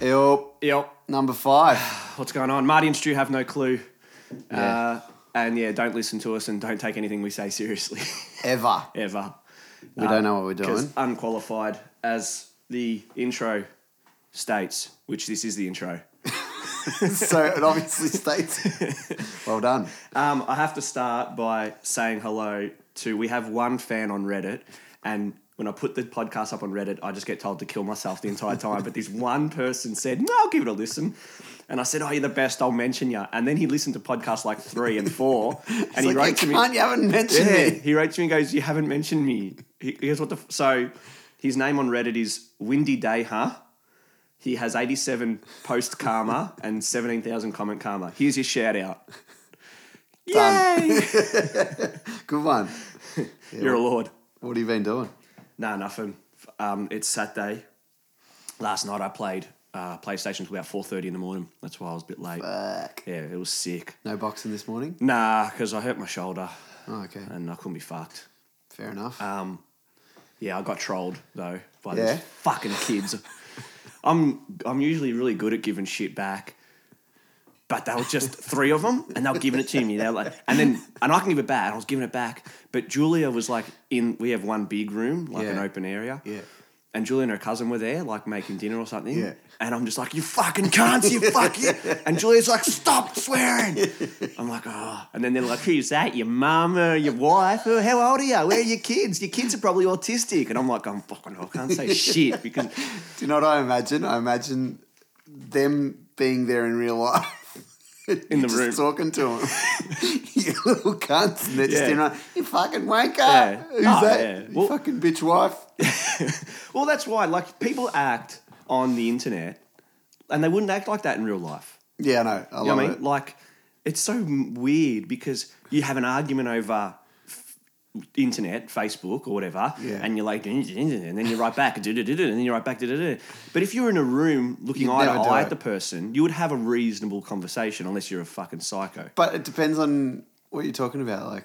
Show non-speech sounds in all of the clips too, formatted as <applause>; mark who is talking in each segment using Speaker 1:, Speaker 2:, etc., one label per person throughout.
Speaker 1: Yep.
Speaker 2: Yep.
Speaker 1: Number five.
Speaker 2: What's going on? Marty and Stu have no clue.
Speaker 1: Yeah.
Speaker 2: Uh, and yeah, don't listen to us and don't take anything we say seriously <laughs>
Speaker 1: Ever.
Speaker 2: ever.
Speaker 1: We don't know what we're
Speaker 2: Because
Speaker 1: doing.
Speaker 2: <laughs> unqualified, as the intro states, which this is the intro.
Speaker 1: <laughs> so it obviously states. well done.
Speaker 2: Um, I have to start by saying hello to. We have one fan on Reddit, and when I put the podcast up on Reddit, I just get told to kill myself the entire time.
Speaker 1: <laughs>
Speaker 2: but this one person said, "No, I'll give it a listen." And I said, "Oh, you're the best. I'll mention you." And then he listened to podcasts like three and
Speaker 1: <laughs>
Speaker 2: four, and
Speaker 1: It's
Speaker 2: he
Speaker 1: like,
Speaker 2: wrote
Speaker 1: you
Speaker 2: to me.
Speaker 1: can't, you haven't mentioned
Speaker 2: Yeah,
Speaker 1: me.
Speaker 2: he writes to me and goes, "You haven't mentioned me." He he goes, "What the?" F-? So, his name on Reddit is Windy Day, huh? He has eighty-seven
Speaker 1: <laughs>
Speaker 2: post karma and seventeen thousand comment karma. Here's your shout out.
Speaker 1: Done. <laughs>
Speaker 2: Yay!
Speaker 1: Good one.
Speaker 2: You're a lord.
Speaker 1: What have you been doing?
Speaker 2: Nah, nothing. Um, it's Saturday. Last night I played uh, PlayStation till about four thirty in the morning. That's why I was a bit late.
Speaker 1: Fuck.
Speaker 2: Yeah, it was sick.
Speaker 1: No boxing this morning?
Speaker 2: Nah, because I hurt my shoulder
Speaker 1: Oh, okay.
Speaker 2: and I couldn't be fucked.
Speaker 1: Fair enough.
Speaker 2: Um, yeah, I got trolled though by
Speaker 1: Yeah?
Speaker 2: these fucking kids. <laughs> I'm I'm usually really good at giving shit back, but they were
Speaker 1: <laughs>
Speaker 2: just three of them, and they were giving it to me. They're like, and then and I can give it back. I was giving it back, but Julia was like in. We have one big room, like an
Speaker 1: Yeah.
Speaker 2: open area.
Speaker 1: Yeah.
Speaker 2: And Julia and her cousin were there, like making dinner or something.
Speaker 1: Yeah.
Speaker 2: And I'm just like, you fucking cunts, you fuck you. And Julia's like, stop swearing. I'm like, oh. And then they're like, who's that? Your mum or your wife? Or how old are you? Where are your kids? Your kids are probably autistic. And I'm like, I'm fucking, I can't say shit because <laughs>
Speaker 1: Do you know what I imagine? I imagine them being there in real life. <laughs>
Speaker 2: in the
Speaker 1: just
Speaker 2: room.
Speaker 1: talking to them. <laughs> you little cunts. And they're just
Speaker 2: Yeah.
Speaker 1: in around, you fucking wanker.
Speaker 2: Yeah.
Speaker 1: Who's
Speaker 2: Oh,
Speaker 1: that?
Speaker 2: yeah.
Speaker 1: You
Speaker 2: Well-
Speaker 1: fucking bitch wife.
Speaker 2: well, that's why, like, people act on the internet and they wouldn't act like that in real life.
Speaker 1: Yeah, I know. I
Speaker 2: You know
Speaker 1: love
Speaker 2: what I mean?
Speaker 1: it.
Speaker 2: Like, it's so m- weird because you have an argument over f- internet, Facebook, or whatever,
Speaker 1: Yeah.
Speaker 2: and you're like, and then you're right back, and then you're right back. But if you're in a room looking
Speaker 1: You'd
Speaker 2: eye to
Speaker 1: never do
Speaker 2: eye
Speaker 1: it.
Speaker 2: at the person, you would have a reasonable conversation unless you're a fucking psycho.
Speaker 1: But it depends on what you're talking about. Like,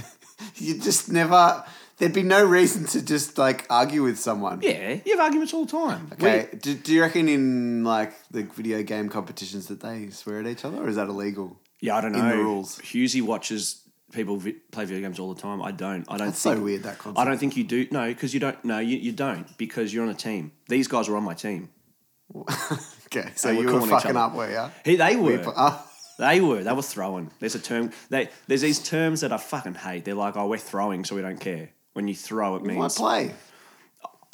Speaker 1: <laughs> you just never. There'd be no reason to just like argue with someone.
Speaker 2: Yeah, you have arguments all the time.
Speaker 1: Okay. Do, do you reckon in like the video game competitions that they swear at each other, or is that illegal?
Speaker 2: Yeah, I don't know.
Speaker 1: In the rules.
Speaker 2: Husey watches people vi- play video games all the time. I don't. I don't.
Speaker 1: That's so
Speaker 2: think,
Speaker 1: weird. That concept.
Speaker 2: I don't think you do. No, because you don't. No, you, you don't because you're on a team. These guys were on my team.
Speaker 1: okay. So
Speaker 2: And we're
Speaker 1: you were
Speaker 2: calling each
Speaker 1: fucking
Speaker 2: other.
Speaker 1: up, were you?
Speaker 2: He, they were.
Speaker 1: Oh,
Speaker 2: They were. They were throwing. There's a term. They, there's these terms that I fucking hate. They're like, oh, we're throwing, so we don't care. When you throw, it
Speaker 1: why
Speaker 2: means.
Speaker 1: play?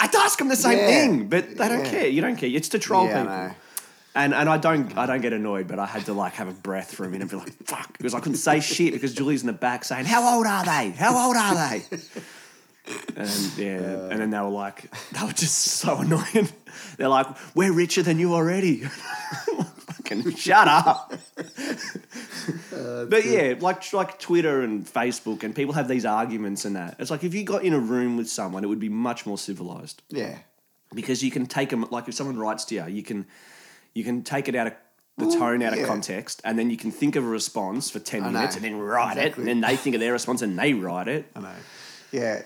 Speaker 2: I ask them the same
Speaker 1: Yeah.
Speaker 2: thing, but they don't
Speaker 1: Yeah.
Speaker 2: care. You don't care. It's to troll
Speaker 1: Yeah, I
Speaker 2: people.
Speaker 1: know.
Speaker 2: And and I don't I don't get annoyed, but I had to like have a breath for a minute and be like, fuck, because I couldn't say shit because Julie's in the back saying, how old are they? How old are they? And yeah, and then they were like, they were just so annoying. They're like, we're richer than you already. <laughs> Fucking shut up. but yeah, like like Twitter and Facebook and people have these arguments and that. It's like if you got in a room with someone, it would be much more civilized
Speaker 1: Yeah.
Speaker 2: because you can take them like if someone writes to you you can you can take it out of the tone out
Speaker 1: yeah.
Speaker 2: of context and then you can think of a response for 10
Speaker 1: I know.
Speaker 2: minutes and then write
Speaker 1: Exactly.
Speaker 2: it and then they think of their response and they write it
Speaker 1: I know. Yeah.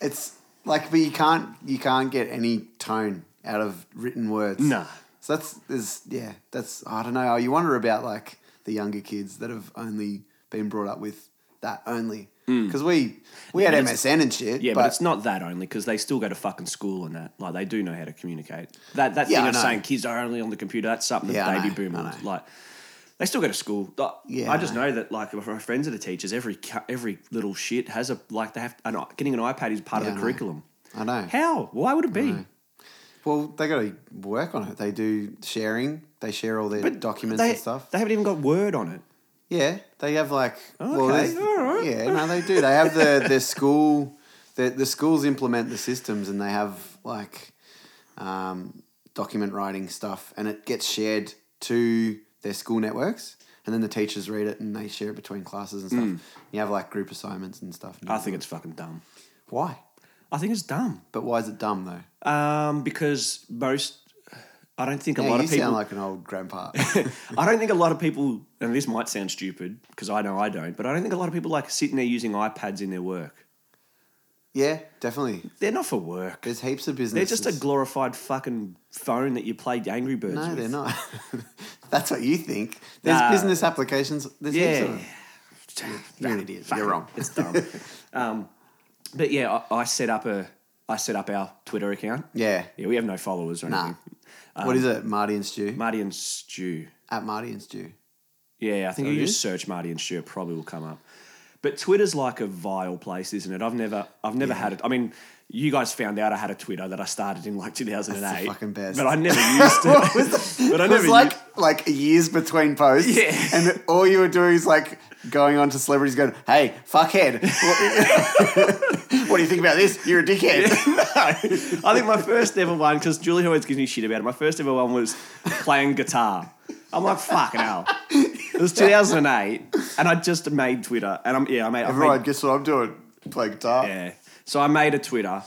Speaker 1: It's like, but you can't you can't get any tone out of written words.
Speaker 2: Nah.
Speaker 1: So that's is yeah. That's I don't know. You wonder about like the younger kids that have only been brought up with that only because we we had
Speaker 2: Hmm. it's-
Speaker 1: MSN and shit.
Speaker 2: yeah but, it's not that only because they still go to fucking school and that like they do know how to communicate that that
Speaker 1: Yeah,
Speaker 2: thing
Speaker 1: I
Speaker 2: of
Speaker 1: know.
Speaker 2: saying kids are only on the computer that's something
Speaker 1: Yeah, I
Speaker 2: that baby
Speaker 1: know, I
Speaker 2: boomers
Speaker 1: know.
Speaker 2: like they still go to school. Like,
Speaker 1: Yeah,
Speaker 2: I
Speaker 1: I
Speaker 2: just
Speaker 1: know.
Speaker 2: know. that like if my friends are the teachers. Every cu- every little shit has a like they have an, i- getting an iPad is part
Speaker 1: Yeah,
Speaker 2: of
Speaker 1: I
Speaker 2: the
Speaker 1: know.
Speaker 2: curriculum.
Speaker 1: I know.
Speaker 2: How? Why would it be?
Speaker 1: Well, they got to work on it. They do sharing. They share all their documents
Speaker 2: they,
Speaker 1: and stuff.
Speaker 2: They haven't even got Word on it.
Speaker 1: Yeah, they have like well,
Speaker 2: Okay,
Speaker 1: there's-
Speaker 2: all right.
Speaker 1: yeah, no, they do. They have the
Speaker 2: <laughs>
Speaker 1: the school, the the schools implement the systems, and they have like um, document writing stuff, and it gets shared to their school networks, and then the teachers read it and they share it between classes and stuff. You have like group assignments and stuff.
Speaker 2: Hmm. I think it's fucking dumb.
Speaker 1: why,
Speaker 2: I think it's dumb
Speaker 1: but why is it dumb though?
Speaker 2: um, because most. I don't think a
Speaker 1: Yeah,
Speaker 2: lot
Speaker 1: you
Speaker 2: of people.
Speaker 1: sound like an old
Speaker 2: <laughs>
Speaker 1: grandpa.
Speaker 2: I don't think a lot of people, and this might sound stupid because I know I don't, but I don't think a lot of people like sitting there using iPads in their work.
Speaker 1: Yeah, definitely.
Speaker 2: They're not for work.
Speaker 1: There's heaps of
Speaker 2: They're
Speaker 1: business.
Speaker 2: just a glorified fucking phone that you play Angry Birds
Speaker 1: no,
Speaker 2: with.
Speaker 1: they're not. <laughs> That's what you think. There's
Speaker 2: Nah.
Speaker 1: business applications. There's heaps of
Speaker 2: Yeah.
Speaker 1: them. You're an idiot. You're wrong.
Speaker 2: It's
Speaker 1: <laughs>
Speaker 2: dumb. um, but yeah, I, I set up a I set up our Twitter account.
Speaker 1: Yeah.
Speaker 2: Yeah, Um, we have no followers or
Speaker 1: Nah.
Speaker 2: anything.
Speaker 1: what is it? Marty and Stew?
Speaker 2: Marty and Stu.
Speaker 1: At Marty and Stew.
Speaker 2: Yeah, I think
Speaker 1: There
Speaker 2: if
Speaker 1: it
Speaker 2: you
Speaker 1: is.
Speaker 2: just search Marty and Stu, it probably will come up. But Twitter's like a vile place, isn't it? I've never, I've never had it. I mean, you guys found out I had a Twitter that I started in like 2008.
Speaker 1: That's the fucking best.
Speaker 2: <laughs> But I
Speaker 1: <laughs>
Speaker 2: never used it. <laughs> but I
Speaker 1: It was
Speaker 2: never
Speaker 1: like like years between posts,
Speaker 2: Yeah.
Speaker 1: and all you were doing is like going on to celebrities, going, "Hey, fuckhead, <laughs> what, what do you think about this? You're a dickhead."
Speaker 2: I think my first ever one, because Julie always gives me shit about it, my first ever one was playing guitar. I'm like, fucking hell.
Speaker 1: <laughs>
Speaker 2: It was 2008, and I just made Twitter. And I'm, yeah, I made,
Speaker 1: <laughs>
Speaker 2: I
Speaker 1: Right,
Speaker 2: made
Speaker 1: guess what I'm doing? Play guitar.
Speaker 2: yeah. So I made a Twitter,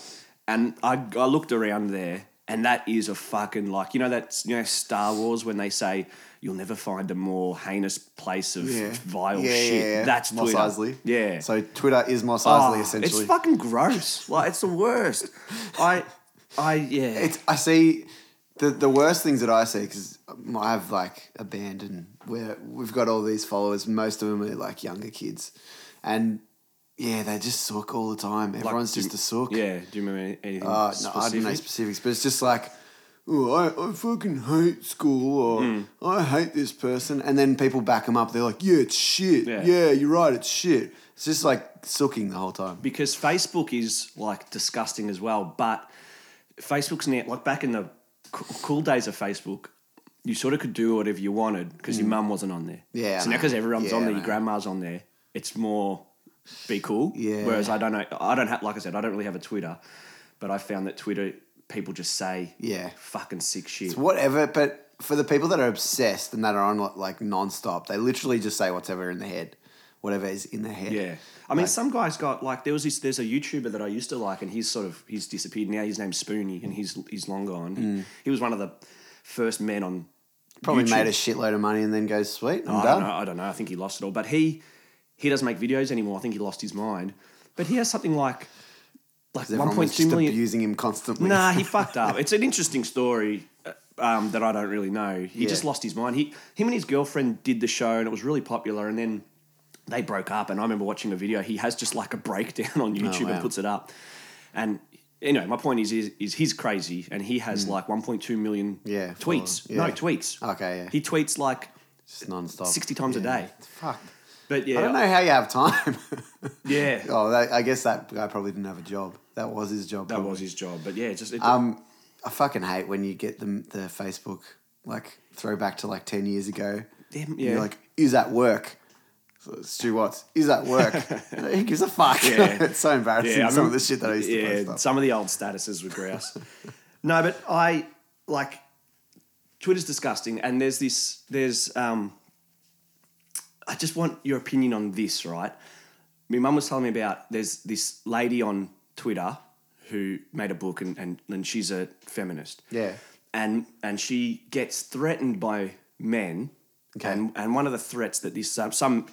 Speaker 2: and I, I looked around there, and that is a fucking like, you know, that's, you know, Star Wars when they say, You'll never find a more heinous place of
Speaker 1: Yeah.
Speaker 2: vile
Speaker 1: Yeah,
Speaker 2: shit.
Speaker 1: yeah, yeah.
Speaker 2: That's
Speaker 1: Moss
Speaker 2: Twitter.
Speaker 1: Eisley.
Speaker 2: Yeah.
Speaker 1: So Twitter is Moss
Speaker 2: Oh,
Speaker 1: Eisley essentially.
Speaker 2: It's fucking gross. Like it's the
Speaker 1: <laughs>
Speaker 2: worst. I, I yeah.
Speaker 1: It's I see the the worst things that I see because I have like a band and where we've got all these followers. Most of them are like younger kids, and yeah, they just suck all the time. Everyone's
Speaker 2: do-
Speaker 1: just a sook.
Speaker 2: Yeah. Do you remember any- anything
Speaker 1: Uh, no, I
Speaker 2: specific?
Speaker 1: don't know specifics, but it's just like, oh, I, I fucking hate school or
Speaker 2: Hmm.
Speaker 1: I hate this person. And then people back them up. They're like, yeah, it's shit.
Speaker 2: Yeah.
Speaker 1: Yeah, you're right, it's shit. It's just like sucking the whole time.
Speaker 2: because Facebook is like disgusting as well. But Facebook's now like back in the co- cool days of Facebook, you sort of could do whatever you wanted because your mum wasn't on there.
Speaker 1: Mm. Yeah, I
Speaker 2: So now
Speaker 1: know.
Speaker 2: because everyone's
Speaker 1: Yeah,
Speaker 2: on
Speaker 1: I
Speaker 2: there, your
Speaker 1: know.
Speaker 2: grandma's on there. It's more be cool.
Speaker 1: Yeah.
Speaker 2: Whereas I don't know. I don't have like I said. I don't really have a Twitter, but I found that Twitter people just say
Speaker 1: Yeah.
Speaker 2: fucking sick shit.
Speaker 1: Whatever, but for the people that are obsessed and that are on like, like nonstop, they literally just say whatever in their head, whatever is in their head.
Speaker 2: Yeah. I mean, some guys got like there was this. There's a YouTuber that I used to like, and he's sort of he's disappeared now. His name's Spoonie, and he's he's long gone.
Speaker 1: Mm.
Speaker 2: He, he was one of the first men on.
Speaker 1: Probably
Speaker 2: YouTube.
Speaker 1: made a shitload of money and then goes, sweet, I'm done.
Speaker 2: I don't know. I don't know. I think he lost it all. But he he doesn't make videos anymore. I think he lost his mind. But he has something like like
Speaker 1: 'Cause everyone
Speaker 2: one
Speaker 1: was
Speaker 2: point two
Speaker 1: just
Speaker 2: million.
Speaker 1: abusing him constantly.
Speaker 2: Nah, he fucked up. It's an interesting story uh, um, that I don't really know. He
Speaker 1: Yeah.
Speaker 2: just lost his mind. He, him and his girlfriend did the show, and it was really popular. And then they broke up. And I remember watching a video. He has just like a breakdown <laughs> on YouTube
Speaker 1: Oh, wow.
Speaker 2: and puts it up. And anyway, my point is, is, is he's crazy, and he has like 1.2 million
Speaker 1: Hmm. Yeah,
Speaker 2: tweets.
Speaker 1: follow- yeah. Oh.
Speaker 2: No tweets.
Speaker 1: Okay, yeah.
Speaker 2: He tweets like
Speaker 1: Just nonstop.
Speaker 2: 60 times a
Speaker 1: Yeah.
Speaker 2: day.
Speaker 1: Fuck.
Speaker 2: But yeah,
Speaker 1: I don't know how you have time. <laughs>
Speaker 2: yeah,
Speaker 1: Oh, that, I guess that guy probably didn't have a job. That was his job.
Speaker 2: that
Speaker 1: probably.
Speaker 2: was his job. But yeah, it's just it,
Speaker 1: Um, I fucking hate when you get them the Facebook like throwback to like ten years ago.
Speaker 2: Damn,
Speaker 1: And
Speaker 2: yeah.
Speaker 1: You're like, is that work? So, Stu Watts, is that
Speaker 2: <laughs>
Speaker 1: work? Who gives a fuck? <laughs>
Speaker 2: Yeah.
Speaker 1: it's so embarrassing. some
Speaker 2: I
Speaker 1: of
Speaker 2: remember-
Speaker 1: the shit that I used
Speaker 2: yeah,
Speaker 1: to post. Up.
Speaker 2: some of the old statuses were grouse. <laughs> no, but I like Twitter's disgusting, and there's this, there's um, I just want your opinion on this, right? My mum was telling me about there's this lady on Twitter who made a book, and and, and she's a feminist.
Speaker 1: Yeah.
Speaker 2: and and she gets threatened by men.
Speaker 1: Okay.
Speaker 2: And, and one of the threats that this some, some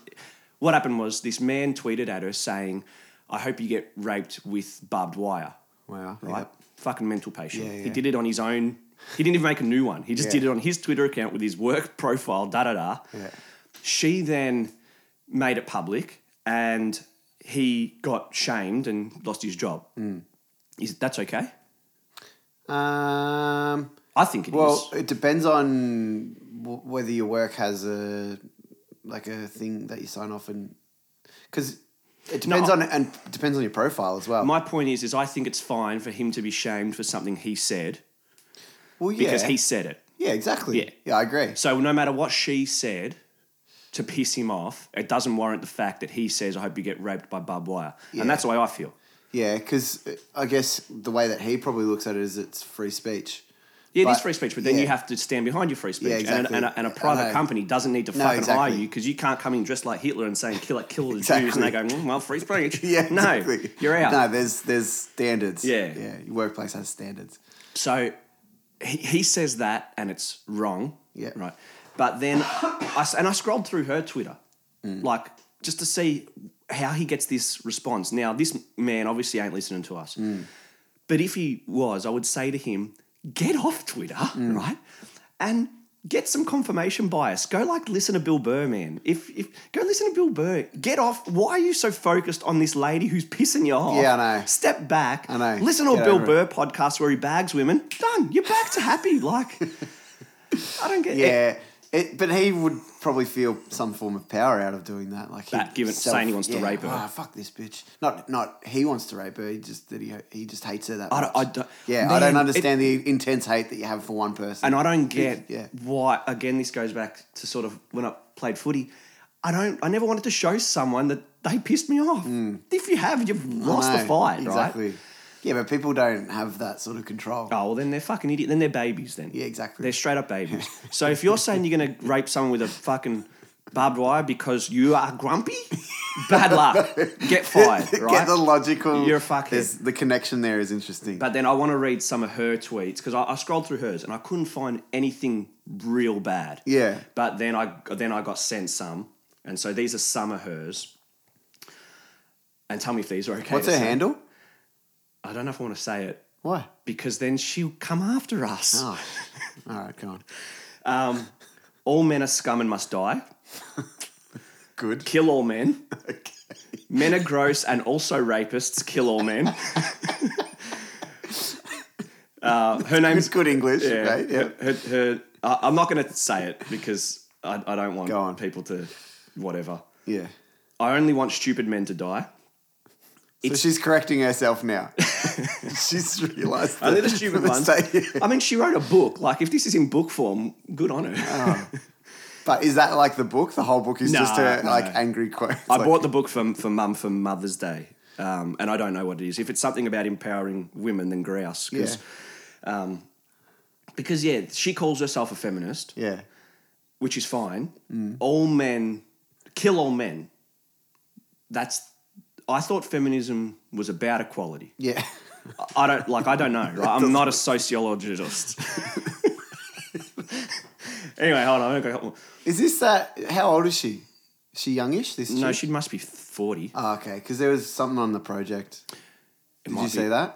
Speaker 2: what happened was this man tweeted at her saying, "I hope you get raped with barbed wire."
Speaker 1: Wow.
Speaker 2: Right? Fucking mental patient.
Speaker 1: Yeah,
Speaker 2: He
Speaker 1: yeah.
Speaker 2: did it on his own. He didn't even make a new one. He just
Speaker 1: Yeah.
Speaker 2: did it on his Twitter account with his work profile. Da da da.
Speaker 1: Yeah.
Speaker 2: She then made it public, and he got shamed and lost his job.
Speaker 1: Mm.
Speaker 2: Is that's okay?
Speaker 1: Um.
Speaker 2: I think it is.
Speaker 1: Well, it depends on w- whether your work has a like a thing that you sign off and because it depends
Speaker 2: I-
Speaker 1: on and it depends on your profile as well.
Speaker 2: My point is, is I think it's fine for him to be shamed for something he said
Speaker 1: well, yeah,
Speaker 2: because he said it.
Speaker 1: yeah, exactly.
Speaker 2: Yeah.
Speaker 1: Yeah, I agree.
Speaker 2: So no matter what she said to piss him off, it doesn't warrant the fact that he says, "I hope you get raped by barbed wire," and that's the way I feel.
Speaker 1: Yeah, because I guess the way that he probably looks at it is it's free
Speaker 2: <laughs>
Speaker 1: speech.
Speaker 2: Yeah, it is
Speaker 1: But-
Speaker 2: free speech, but then you
Speaker 1: yeah.
Speaker 2: have to stand behind your free speech.
Speaker 1: Yeah,
Speaker 2: and, a,
Speaker 1: exactly.
Speaker 2: and, a, and a
Speaker 1: I
Speaker 2: private
Speaker 1: know.
Speaker 2: company doesn't need to fucking hire
Speaker 1: exactly.
Speaker 2: you because you can't come in dressed like Hitler and saying kill it, kill the Jews, and
Speaker 1: Exactly.
Speaker 2: they go, mm, "Well, free
Speaker 1: <laughs>
Speaker 2: speech."
Speaker 1: Yeah,
Speaker 2: no,
Speaker 1: exactly.
Speaker 2: you're out.
Speaker 1: No, there's there's standards.
Speaker 2: Yeah.
Speaker 1: yeah, your workplace has standards.
Speaker 2: So he, he says that, and it's wrong.
Speaker 1: Yeah.
Speaker 2: Right. But then, I, s- and I scrolled through her Twitter, like just to see how he gets this response. Now, this man obviously ain't listening to us.
Speaker 1: Mm.
Speaker 2: But if he was, I would say to him, get off Twitter,
Speaker 1: Mm.
Speaker 2: right? And get some confirmation bias. Go like listen to Bill Burr, man. If if go listen to Bill Burr. Get off. Why are you so focused on this lady who's pissing you off?
Speaker 1: Yeah, I know.
Speaker 2: Step back.
Speaker 1: I know.
Speaker 2: Listen to a
Speaker 1: Get
Speaker 2: Bill
Speaker 1: over it.
Speaker 2: Burr podcast where he bags women. Done. You're back to
Speaker 1: <laughs>
Speaker 2: happy. Like I don't get it.
Speaker 1: Yeah. It, but he would probably feel some form of power out of doing that. Like
Speaker 2: That,
Speaker 1: he'd
Speaker 2: given- saying he wants to rape her.
Speaker 1: Ah, fuck this bitch. Not not he wants to rape her. He just that he he just hates her that
Speaker 2: I
Speaker 1: much.
Speaker 2: don't- I don't-
Speaker 1: yeah, I
Speaker 2: Man,
Speaker 1: don't
Speaker 2: it-
Speaker 1: understand the intense hate that you have for one person.
Speaker 2: And I don't get
Speaker 1: Yeah.
Speaker 2: why. Again, this goes back to sort of when I played footy. I don't. I never wanted to show someone that they pissed me off. If you have, you've lost the
Speaker 1: Mm. know,
Speaker 2: fight,
Speaker 1: exactly.
Speaker 2: right?
Speaker 1: Yeah, but people don't have that sort of control.
Speaker 2: Oh well, then they're fucking idiot. Then they're babies. Then
Speaker 1: Yeah, exactly.
Speaker 2: They're straight up babies.
Speaker 1: <laughs>
Speaker 2: so if you're saying you're gonna rape someone with a fucking barbed wire because you are grumpy, bad luck. Get fired,
Speaker 1: <laughs> Get
Speaker 2: right?
Speaker 1: the logical.
Speaker 2: You're a fuckhead.
Speaker 1: there's- The connection there is interesting.
Speaker 2: But then I want to read some of her tweets because I, I scrolled through hers and I couldn't find anything real bad.
Speaker 1: Yeah.
Speaker 2: But then I then I got sent some, and so these are some of hers. And tell me if these are okay.
Speaker 1: What's
Speaker 2: to
Speaker 1: her
Speaker 2: say.
Speaker 1: handle?
Speaker 2: I don't know if I want to say it
Speaker 1: Why?
Speaker 2: <laughs> because then she'll come after us. Um,
Speaker 1: Oh, all right, come on.
Speaker 2: All men are scum and must die.
Speaker 1: Good.
Speaker 2: Kill all
Speaker 1: <laughs>
Speaker 2: men. Men are gross and also rapists. Kill all
Speaker 1: <laughs>
Speaker 2: men. uh, her name's
Speaker 1: It's good English,
Speaker 2: Yeah.
Speaker 1: right? Yeah.
Speaker 2: Her, her, her- I, I'm not going to say it because I, I don't want
Speaker 1: Go on.
Speaker 2: people to whatever.
Speaker 1: Yeah.
Speaker 2: I only want stupid men to die.
Speaker 1: So she's correcting herself
Speaker 2: <laughs>
Speaker 1: now. <laughs> she's realised.
Speaker 2: I
Speaker 1: <laughs>
Speaker 2: think the stupid ones.
Speaker 1: mistake.
Speaker 2: I mean, she wrote a book. Like, if this is in book form, good on her.
Speaker 1: Ah,
Speaker 2: <laughs>
Speaker 1: But is that like the book? The whole book is
Speaker 2: No,
Speaker 1: just her
Speaker 2: no.
Speaker 1: like angry quote.
Speaker 2: I bought the book for, for mum for Mother's Day. Um, and I don't know what it is. If it's something about empowering women, then grouse. 'cause- um, Because, yeah, she calls herself a feminist.
Speaker 1: Yeah.
Speaker 2: which is fine.
Speaker 1: Mm.
Speaker 2: All men kill all men. That's I thought feminism was about equality.
Speaker 1: Yeah. <laughs>
Speaker 2: I- I don't like I don't know. Right? I'm not
Speaker 1: <laughs>
Speaker 2: a sociologist. anyway, hold on. I've got a couple more.
Speaker 1: Is this that? How old is she? Is she youngish? This
Speaker 2: No,
Speaker 1: chick?
Speaker 2: she must be forty.
Speaker 1: Oh, okay, because there was something on the project. Did
Speaker 2: might
Speaker 1: you see
Speaker 2: be.
Speaker 1: that?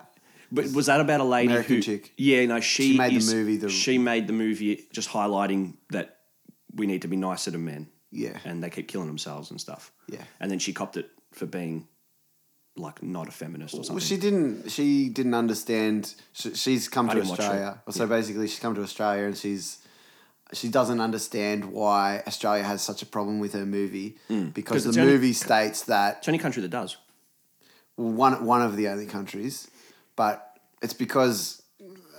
Speaker 2: But was that about a lady
Speaker 1: American
Speaker 2: who?
Speaker 1: chick.
Speaker 2: Yeah, no, she,
Speaker 1: She made the
Speaker 2: is-
Speaker 1: movie, the-
Speaker 2: she made the movie, just highlighting that we need to be nicer to men.
Speaker 1: Yeah.
Speaker 2: and they keep killing themselves and stuff.
Speaker 1: Yeah.
Speaker 2: and then she copped it for being like not a feminist or something.
Speaker 1: Well, she didn't. She didn't understand. She, she's come to
Speaker 2: didn't watch it.
Speaker 1: Australia. So basically, she's come to Australia and she's she doesn't understand why Australia has such a problem with her movie because
Speaker 2: Hmm. 'Cause it's
Speaker 1: the
Speaker 2: only-
Speaker 1: movie states that
Speaker 2: It's the only country that does.
Speaker 1: one one of the only countries, but it's because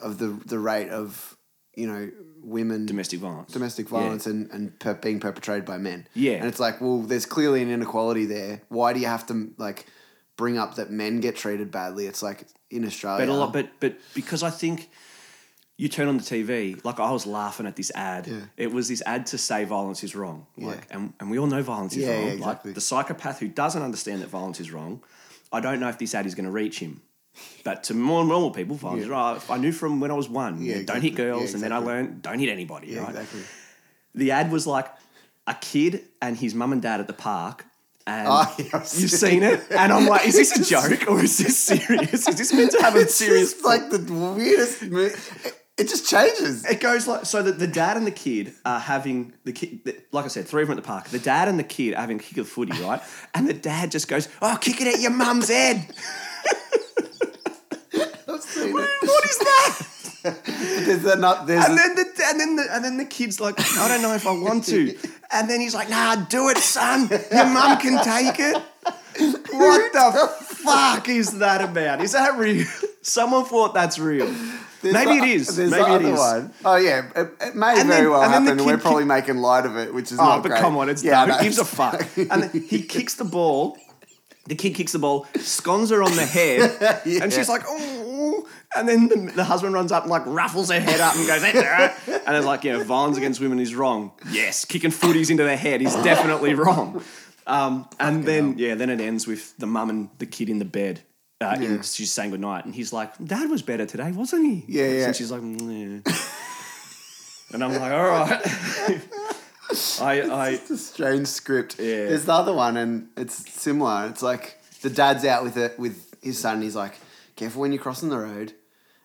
Speaker 1: of the the rate of you know women
Speaker 2: Domestic violence.
Speaker 1: domestic
Speaker 2: Yeah.
Speaker 1: violence and, and per- being perpetrated by men.
Speaker 2: Yeah.
Speaker 1: And it's like, well, there's clearly an inequality there. Why do you have to like bring up that men get treated badly? It's like in Australia.
Speaker 2: But a lot, but but because I think you turn on the TV, like I was laughing at this ad. It was this ad to say violence is wrong. Like, and, and we all know violence is
Speaker 1: Yeah, yeah,
Speaker 2: wrong.
Speaker 1: exactly.
Speaker 2: Like the psychopath who doesn't understand that violence is wrong, I don't know if this ad is going to reach him. But to more normal people, violence is wrong. I knew from when I was one, you know, don't hit
Speaker 1: exactly. Yeah,
Speaker 2: girls, and then I learned don't hit anybody.
Speaker 1: Yeah,
Speaker 2: right? <laughs>
Speaker 1: exactly.
Speaker 2: The ad was like a kid and his mum and dad at the park. And
Speaker 1: Oh, yeah, I've seen
Speaker 2: you've seen it, and I'm like, is <laughs> this a joke or is this serious? Is this meant to have a
Speaker 1: It's
Speaker 2: serious
Speaker 1: just <laughs> like the weirdest. mo- It, it just changes.
Speaker 2: it goes like so that the dad and the kid are having the kid the- like I said, three of them at the park. The dad and the kid are having a kick of footy, <laughs> right? And the dad just goes, "Oh, kick it at your mum's head."
Speaker 1: I've seen it.
Speaker 2: What is that?
Speaker 1: There's that not. There's
Speaker 2: <laughs> And then the and then the and then the kid's like, "I don't know if I want <laughs> to." And then he's like, "Nah, do it, son. Your mum can take it."
Speaker 1: <laughs>
Speaker 2: What <laughs> the fuck is that about? Is that real? <laughs> Someone thought that's real.
Speaker 1: there's
Speaker 2: Maybe
Speaker 1: the-
Speaker 2: it is.
Speaker 1: There's
Speaker 2: Maybe
Speaker 1: the
Speaker 2: it
Speaker 1: other
Speaker 2: is.
Speaker 1: One. Oh yeah, it, it may
Speaker 2: And
Speaker 1: very
Speaker 2: then-
Speaker 1: well
Speaker 2: and then
Speaker 1: happen.
Speaker 2: the
Speaker 1: We're
Speaker 2: kid
Speaker 1: probably making light of it, which is
Speaker 2: Oh,
Speaker 1: not
Speaker 2: but
Speaker 1: great.
Speaker 2: come on, it's
Speaker 1: yeah,
Speaker 2: dumb.
Speaker 1: I know.
Speaker 2: Who gives
Speaker 1: <laughs>
Speaker 2: a fuck? And then he kicks the ball. The kid kicks the ball, scones her on
Speaker 1: <laughs>
Speaker 2: the head, and she's like, oh. And then the, the husband runs up and like raffles her head up and goes, "That's all right." and it's like, yeah, violence against women is wrong. Yes, kicking footies into their head is definitely wrong. Um, and then, yeah, then it ends with the mum and the kid in the bed. Uh, in- she's saying goodnight, and he's like, Dad was better today, wasn't he?
Speaker 1: Yeah, yeah.
Speaker 2: And she's like, "Mm, yeah. And I'm like, all right. <laughs> I, I
Speaker 1: It's a strange script.
Speaker 2: Yeah.
Speaker 1: There's the other one, and it's similar. It's like the dad's out with it with his son. And he's like, "Careful when you're crossing the road,"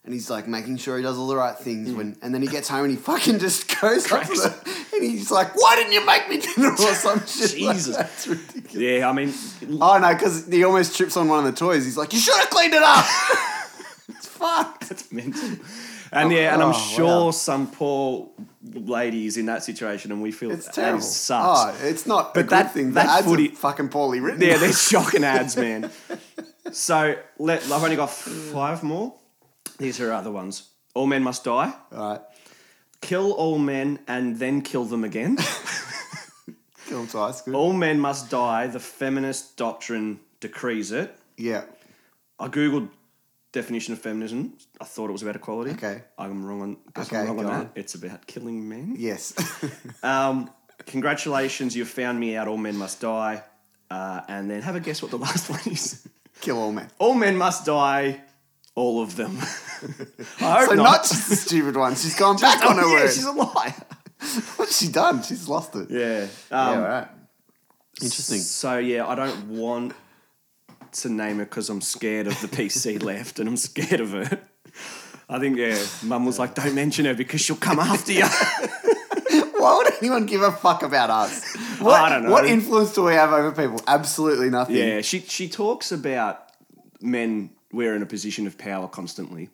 Speaker 1: and he's like making sure he does all the right things. When and then he gets home and he fucking just <laughs> goes up
Speaker 2: Cracks.
Speaker 1: the- and he's like, "Why didn't you make me dinner or
Speaker 2: <laughs>
Speaker 1: some shit?" like
Speaker 2: Jesus.
Speaker 1: that. It's ridiculous.
Speaker 2: yeah, I mean,
Speaker 1: Oh no, because he almost trips on one of the toys. He's like, "You should have cleaned it up." <laughs> it's fucked.
Speaker 2: that's mental. And yeah, and
Speaker 1: Oh,
Speaker 2: I'm
Speaker 1: wow.
Speaker 2: sure some poor lady is in that situation, and we feel
Speaker 1: It's
Speaker 2: that
Speaker 1: terrible.
Speaker 2: sucks.
Speaker 1: Oh, it's not a
Speaker 2: But
Speaker 1: good
Speaker 2: that-
Speaker 1: thing.
Speaker 2: that
Speaker 1: the ads
Speaker 2: footy-
Speaker 1: are fucking poorly written.
Speaker 2: Yeah, they're shocking ads, man. So let, I've only got five more. These are other ones. All men must die.
Speaker 1: <laughs> all right.
Speaker 2: Kill all men and then kill
Speaker 1: <laughs>
Speaker 2: them again.
Speaker 1: Kill him twice. Good.
Speaker 2: all men must die. The feminist doctrine decrees it.
Speaker 1: Yeah.
Speaker 2: I googled definition of feminism. I thought it was about equality.
Speaker 1: Okay.
Speaker 2: I'm wrong on. guess I'm
Speaker 1: Okay,
Speaker 2: wrong on
Speaker 1: go
Speaker 2: that.
Speaker 1: on.
Speaker 2: It's about killing men.
Speaker 1: Yes. <laughs>
Speaker 2: Um, congratulations, you've found me out. All men must die. Uh, and then have a guess what the <laughs> last one is.
Speaker 1: Kill all men.
Speaker 2: All men must die. All of them. <laughs> I hope
Speaker 1: So not.
Speaker 2: not.
Speaker 1: just the stupid one. She's gone back on her
Speaker 2: <laughs> yeah,
Speaker 1: word.
Speaker 2: she's a liar.
Speaker 1: What's she done? She's lost it.
Speaker 2: Yeah.
Speaker 1: Yeah,
Speaker 2: Um,
Speaker 1: all right. Interesting.
Speaker 2: So yeah, I don't want to name her because I'm scared of the
Speaker 1: <laughs>
Speaker 2: PC left, and I'm scared of her. I think yeah, Mum was like, "Don't mention her because she'll come
Speaker 1: <laughs>
Speaker 2: after you."
Speaker 1: Why would anyone give a fuck about us?
Speaker 2: <laughs>
Speaker 1: What,
Speaker 2: I don't know.
Speaker 1: What influence do we have over people? Absolutely nothing.
Speaker 2: yeah, she she talks about men we're in a position of power constantly,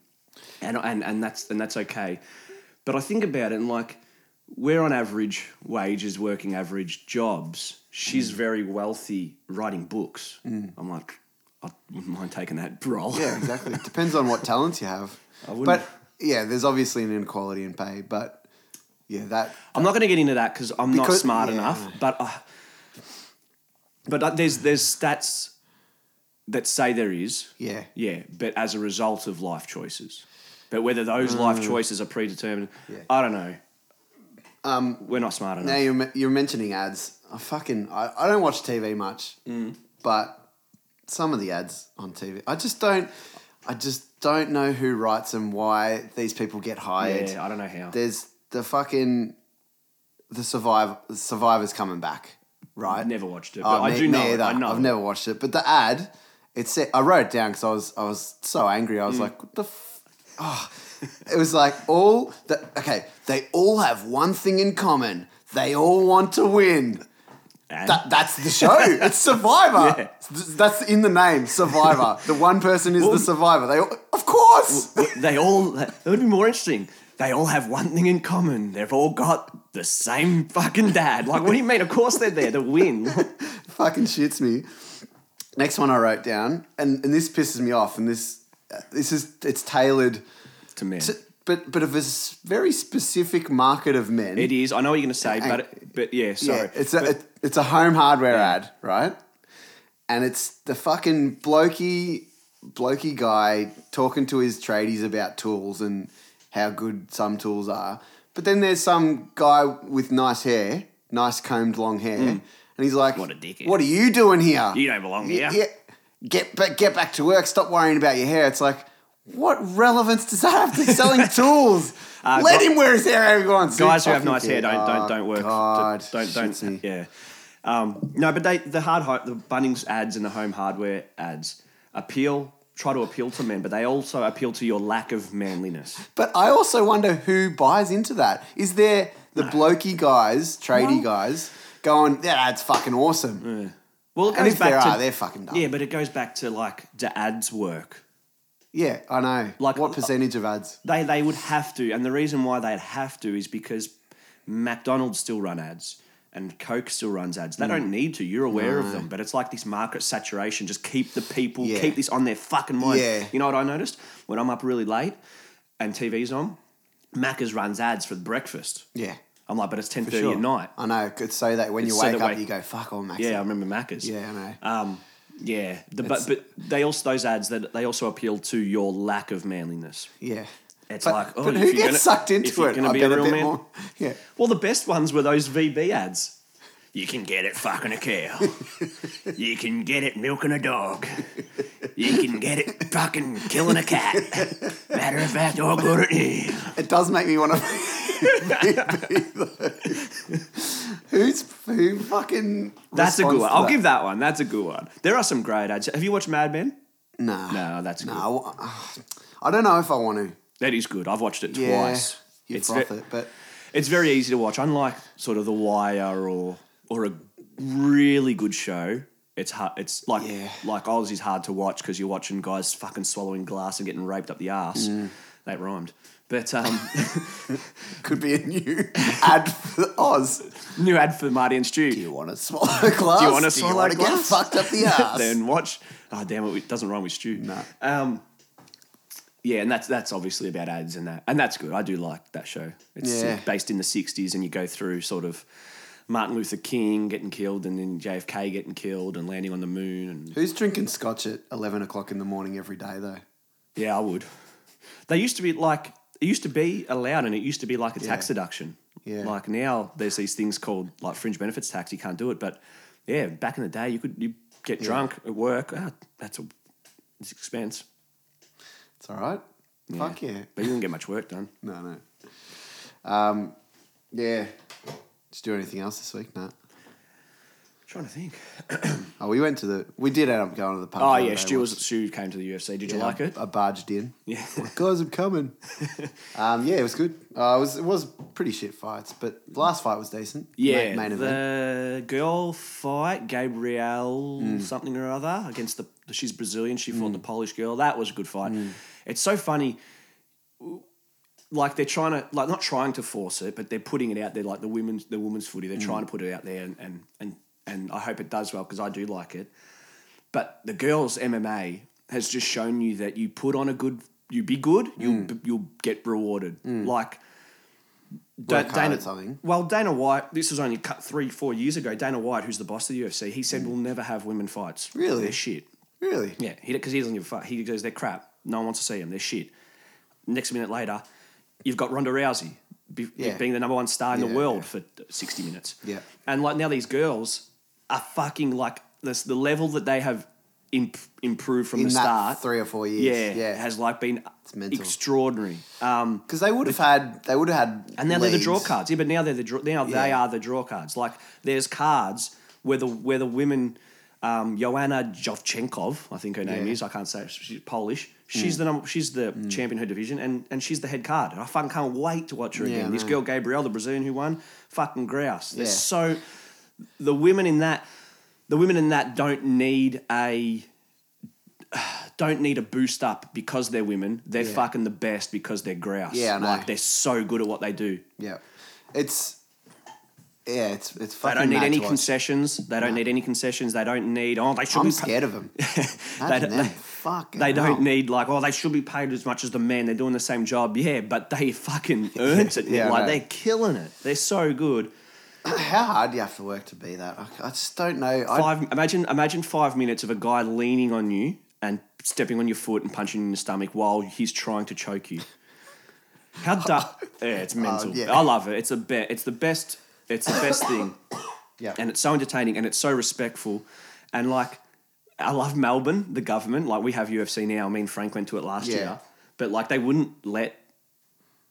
Speaker 2: and and and that's and that's okay. But I think about it and like we're on average wages, working average jobs. She's
Speaker 1: Mm.
Speaker 2: very wealthy, writing books. I'm like, I wouldn't mind taking that role.
Speaker 1: Yeah, exactly. Depends on what talents you have.
Speaker 2: wouldn't-
Speaker 1: But yeah, there's obviously an inequality in pay, but yeah, that
Speaker 2: I'm not going to get into that because I'm not
Speaker 1: Because-
Speaker 2: smart
Speaker 1: yeah.
Speaker 2: enough. But uh, but uh, there's there's stats that say there is.
Speaker 1: Yeah.
Speaker 2: Yeah, but as a result of life choices. But whether those life choices are predetermined,
Speaker 1: Mm. Yeah.
Speaker 2: I don't know. Um, We're not smart enough.
Speaker 1: Now you're me- you're mentioning ads. I fucking I, I don't watch TV much,
Speaker 2: Mm.
Speaker 1: but some of the ads on TV, I just don't. I just don't know who writes them. Why these people get hired?
Speaker 2: yeah, I don't know how.
Speaker 1: There's the fucking the survivor survivors coming back, right?
Speaker 2: I've never watched it.
Speaker 1: Oh,
Speaker 2: But I
Speaker 1: me-
Speaker 2: do know.
Speaker 1: me
Speaker 2: it. I
Speaker 1: either.
Speaker 2: know.
Speaker 1: I've never watched it, but the ad, it said I wrote it down because I was I was so angry.
Speaker 2: Mm.
Speaker 1: I was like, what the. F- oh. It was like all the okay. They all have one thing in common. They all want to win.
Speaker 2: And-
Speaker 1: That, that's the
Speaker 2: <laughs>
Speaker 1: show. It's Survivor.
Speaker 2: Yeah.
Speaker 1: Th- That's in the name,
Speaker 2: <laughs>
Speaker 1: Survivor. the one person is the survivor. They, all, of course. <laughs>
Speaker 2: they all that would be more interesting. They all have one thing in common. They've all got the same fucking dad. Like, what do you mean? Of course they're there to
Speaker 1: <laughs>
Speaker 2: win.
Speaker 1: fucking shits me. Next one I wrote down, and, and this pisses me off, and this uh, this is it's tailored,
Speaker 2: to men.
Speaker 1: to, but but of a s- very specific market of men.
Speaker 2: It is. I know what you're going to say, but but yeah, sorry.
Speaker 1: Yeah, it's a it, it's a home hardware
Speaker 2: Yeah.
Speaker 1: ad, right? And it's the fucking blokey blokey guy talking to his tradies about tools and how good some tools are. But then there's some guy with nice hair, nice combed long hair, and he's like,
Speaker 2: Hmm. What a dickhead.
Speaker 1: What are you doing here?
Speaker 2: you don't belong
Speaker 1: Yeah.
Speaker 2: here.
Speaker 1: Get back, get back to work. Stop worrying about your hair. It's like, what relevance does that have to
Speaker 2: <laughs>
Speaker 1: selling tools? Let
Speaker 2: gu-
Speaker 1: him wear his hair however he wants.
Speaker 2: Guys who have
Speaker 1: Fucking
Speaker 2: nice hair
Speaker 1: kid.
Speaker 2: don't
Speaker 1: Oh,
Speaker 2: don't don't work.
Speaker 1: God,
Speaker 2: don't don't.
Speaker 1: shits me.
Speaker 2: yeah. Um, no, but they the hard hi- the Bunnings ads and the home hardware ads appeal try to appeal to men, but they also appeal to your lack of manliness.
Speaker 1: But I also wonder who buys into that. Is there the
Speaker 2: <sighs>
Speaker 1: blokey guys, tradie
Speaker 2: Well-
Speaker 1: guys, going, that ad's fucking awesome?
Speaker 2: Well, it
Speaker 1: and
Speaker 2: goes
Speaker 1: if
Speaker 2: back
Speaker 1: there
Speaker 2: to
Speaker 1: are, they're fucking dumb.
Speaker 2: yeah,
Speaker 1: Yeah,
Speaker 2: but it goes back to like do ads work?
Speaker 1: I know.
Speaker 2: Like- uh,
Speaker 1: Like what percentage of ads?
Speaker 2: They they would have to, and the reason why they'd have to is because McDonald's still run ads and Coke still runs ads.
Speaker 1: Hmm.
Speaker 2: They don't need to. You're aware of them, but it's like this market saturation. Just keep the people,
Speaker 1: Yeah.
Speaker 2: keep this on their fucking mind.
Speaker 1: Yeah.
Speaker 2: You know what I noticed when I'm up really late and TV's on, Macca's runs ads for breakfast.
Speaker 1: Yeah.
Speaker 2: I'm like, but it's ten thirty
Speaker 1: Sure.
Speaker 2: at night.
Speaker 1: I know. It's so that when you
Speaker 2: It's so
Speaker 1: wake
Speaker 2: that
Speaker 1: up,
Speaker 2: way-
Speaker 1: you go, fuck all Max.
Speaker 2: Yeah, I remember Macca's.
Speaker 1: Yeah, I know.
Speaker 2: Um, yeah, the, but but they also those ads that they also appeal to your lack of manliness.
Speaker 1: yeah.
Speaker 2: It's
Speaker 1: but,
Speaker 2: like, oh,
Speaker 1: but
Speaker 2: if
Speaker 1: who
Speaker 2: you're
Speaker 1: gets
Speaker 2: gonna-
Speaker 1: sucked
Speaker 2: if
Speaker 1: into
Speaker 2: you're
Speaker 1: it?
Speaker 2: gonna
Speaker 1: I
Speaker 2: be
Speaker 1: bet
Speaker 2: a
Speaker 1: a
Speaker 2: real
Speaker 1: bit
Speaker 2: man.
Speaker 1: more. <laughs> Yeah.
Speaker 2: Well, the best ones were those VB ads. You can get it fucking a cow. you can get it milking a dog. You can get it fucking killing a cat. Matter of fact, I'll go to
Speaker 1: <laughs> It does make me want to. Who's who? Fucking.
Speaker 2: That's a good
Speaker 1: responds
Speaker 2: one.
Speaker 1: to
Speaker 2: I'll give that one. That's a good one. There are some great ads. Have you watched Mad Men?
Speaker 1: Nah.
Speaker 2: No, that's good.
Speaker 1: No, I- I don't know if I want to.
Speaker 2: That is good. I've watched it
Speaker 1: Yeah,
Speaker 2: twice.
Speaker 1: You
Speaker 2: it's,
Speaker 1: froth
Speaker 2: ve-
Speaker 1: it, but
Speaker 2: it's very easy to watch. Unlike sort of The Wire or or a really good show, it's hard, it's like
Speaker 1: Yeah.
Speaker 2: like Oz is hard to watch because you're watching guys fucking swallowing glass and getting raped up the ass. That rhymed. But um, <laughs>
Speaker 1: could be a new <laughs> ad for Oz.
Speaker 2: new ad for Marty and Stu.
Speaker 1: Do you want to swallow a glass?
Speaker 2: Do you wanna swallow
Speaker 1: wanna
Speaker 2: a
Speaker 1: get
Speaker 2: glass?
Speaker 1: fucked up
Speaker 2: <laughs>
Speaker 1: the ass?
Speaker 2: then watch. Oh damn it! It doesn't rhyme with stew.
Speaker 1: No.
Speaker 2: Um, yeah, and that's that's obviously about ads and that, and that's good. I do like that show. It's
Speaker 1: Yeah.
Speaker 2: based in the '60s, and you go through sort of Martin Luther King getting killed, and then JFK getting killed, and landing on the moon. And
Speaker 1: Who's drinking scotch at eleven o'clock in the morning every day though?
Speaker 2: yeah, I would. They used to be like it used to be allowed, and it used to be like a tax deduction.
Speaker 1: Yeah.
Speaker 2: Like now, there's these things called like fringe benefits tax. You can't do it, but yeah, back in the day, you could you get drunk at work. Ah, that's a it's expense.
Speaker 1: It's all right. Fuck yeah.
Speaker 2: But you didn't get much work done.
Speaker 1: No, no. Um, yeah. Did you do anything else this week? No.
Speaker 2: trying to think.
Speaker 1: Oh, we went to the. We did end up going to the pub.
Speaker 2: Oh
Speaker 1: the other
Speaker 2: yeah,
Speaker 1: day
Speaker 2: Stu
Speaker 1: once.
Speaker 2: was Stu came to the UFC. Did you
Speaker 1: Yeah,
Speaker 2: like
Speaker 1: I,
Speaker 2: it?
Speaker 1: I uh, barged in.
Speaker 2: Yeah.
Speaker 1: Guys, I'm
Speaker 2: <laughs>
Speaker 1: coming. um, yeah, it was good. Uh, it was it was pretty shit fights, but the last fight was decent.
Speaker 2: Yeah,
Speaker 1: main, main event. Mm.
Speaker 2: the girl fight Gabrielle something or other against the she's Brazilian. She fought the Polish girl. That was a good fight.
Speaker 1: Mm.
Speaker 2: It's so funny. Like they're trying to like not trying to force it, but they're putting it out there. Like the women's the women's footy,
Speaker 1: Mm.
Speaker 2: they're trying to put it out there, and and and, and I hope it does well because I do like it. But the girls MMA has just shown you that you put on a good, you be good, you'll
Speaker 1: Mm.
Speaker 2: you'll get rewarded. Like Da-
Speaker 1: Work hard at something.
Speaker 2: Well, Dana White. This was only cut three, four years ago. Dana White, who's the boss of the UFC, he said we'll never have women fights.
Speaker 1: Really?
Speaker 2: they're shit.
Speaker 1: Really?
Speaker 2: Yeah, he because he doesn't give a fuck. He goes, they're crap. No one wants to see them. They're shit. Next minute later, you've got Ronda Rousey be,
Speaker 1: Yeah.
Speaker 2: being the number one star in
Speaker 1: Yeah,
Speaker 2: the world
Speaker 1: yeah.
Speaker 2: for sixty minutes.
Speaker 1: Yeah.
Speaker 2: and like now these girls are fucking like this. The level that they have imp- improved from
Speaker 1: In
Speaker 2: the
Speaker 1: that
Speaker 2: start,
Speaker 1: three or four
Speaker 2: yeah,
Speaker 1: years. Yeah.
Speaker 2: has like been
Speaker 1: mental.
Speaker 2: extraordinary.
Speaker 1: Because they would have had they would have had
Speaker 2: And now they're the draw
Speaker 1: leads.
Speaker 2: cards. Yeah, but now they're the draw, now they
Speaker 1: Yeah.
Speaker 2: are the draw cards. Like there's cards where the where the women, um, Joanna Jovchenkov, I think her name
Speaker 1: Yeah. Mm.
Speaker 2: is. I can't say it. she's Polish. She's the number, she's the champion of her division, and and she's the head card. And I fucking can't wait to watch her
Speaker 1: Yeah,
Speaker 2: again.
Speaker 1: I
Speaker 2: This
Speaker 1: know.
Speaker 2: girl Gabrielle, the Brazilian who won, fucking grouse. They're
Speaker 1: Yeah.
Speaker 2: so the women in that the women in that don't need a don't need a boost up because they're women. They're
Speaker 1: Yeah.
Speaker 2: fucking the best because they're grouse.
Speaker 1: Yeah, I know.
Speaker 2: like they're so good at what they do.
Speaker 1: Yeah, it's yeah, it's it's
Speaker 2: They
Speaker 1: fucking.
Speaker 2: don't need
Speaker 1: mad
Speaker 2: any
Speaker 1: to watch.
Speaker 2: concessions. They don't need any concessions. They don't need oh they should
Speaker 1: I'm
Speaker 2: be.
Speaker 1: scared of them.
Speaker 2: <laughs> they, don't-
Speaker 1: Imagine
Speaker 2: <laughs>
Speaker 1: them.
Speaker 2: they-
Speaker 1: Fucking
Speaker 2: they
Speaker 1: hell.
Speaker 2: don't need like oh they should be paid as much as the men. They're doing the same job. Yeah, but they
Speaker 1: <laughs>
Speaker 2: fucking earned it.
Speaker 1: Yeah, I
Speaker 2: like
Speaker 1: know.
Speaker 2: they're killing it. They're so good.
Speaker 1: How hard do you have to work to be that? I, I just don't know. I,
Speaker 2: Five imagine imagine five minutes of a guy leaning on you and stepping on your foot and punching you in the stomach while he's trying to choke you.
Speaker 1: <laughs>
Speaker 2: How dark? yeah, it's mental.
Speaker 1: Oh, yeah.
Speaker 2: I love it. It's a be- It's the best. It's the best thing.
Speaker 1: yeah,
Speaker 2: and it's so entertaining and it's so respectful and like I love Melbourne, the government. Like we have UFC now. I mean, Frank went to it last
Speaker 1: Yeah.
Speaker 2: year, but like they wouldn't let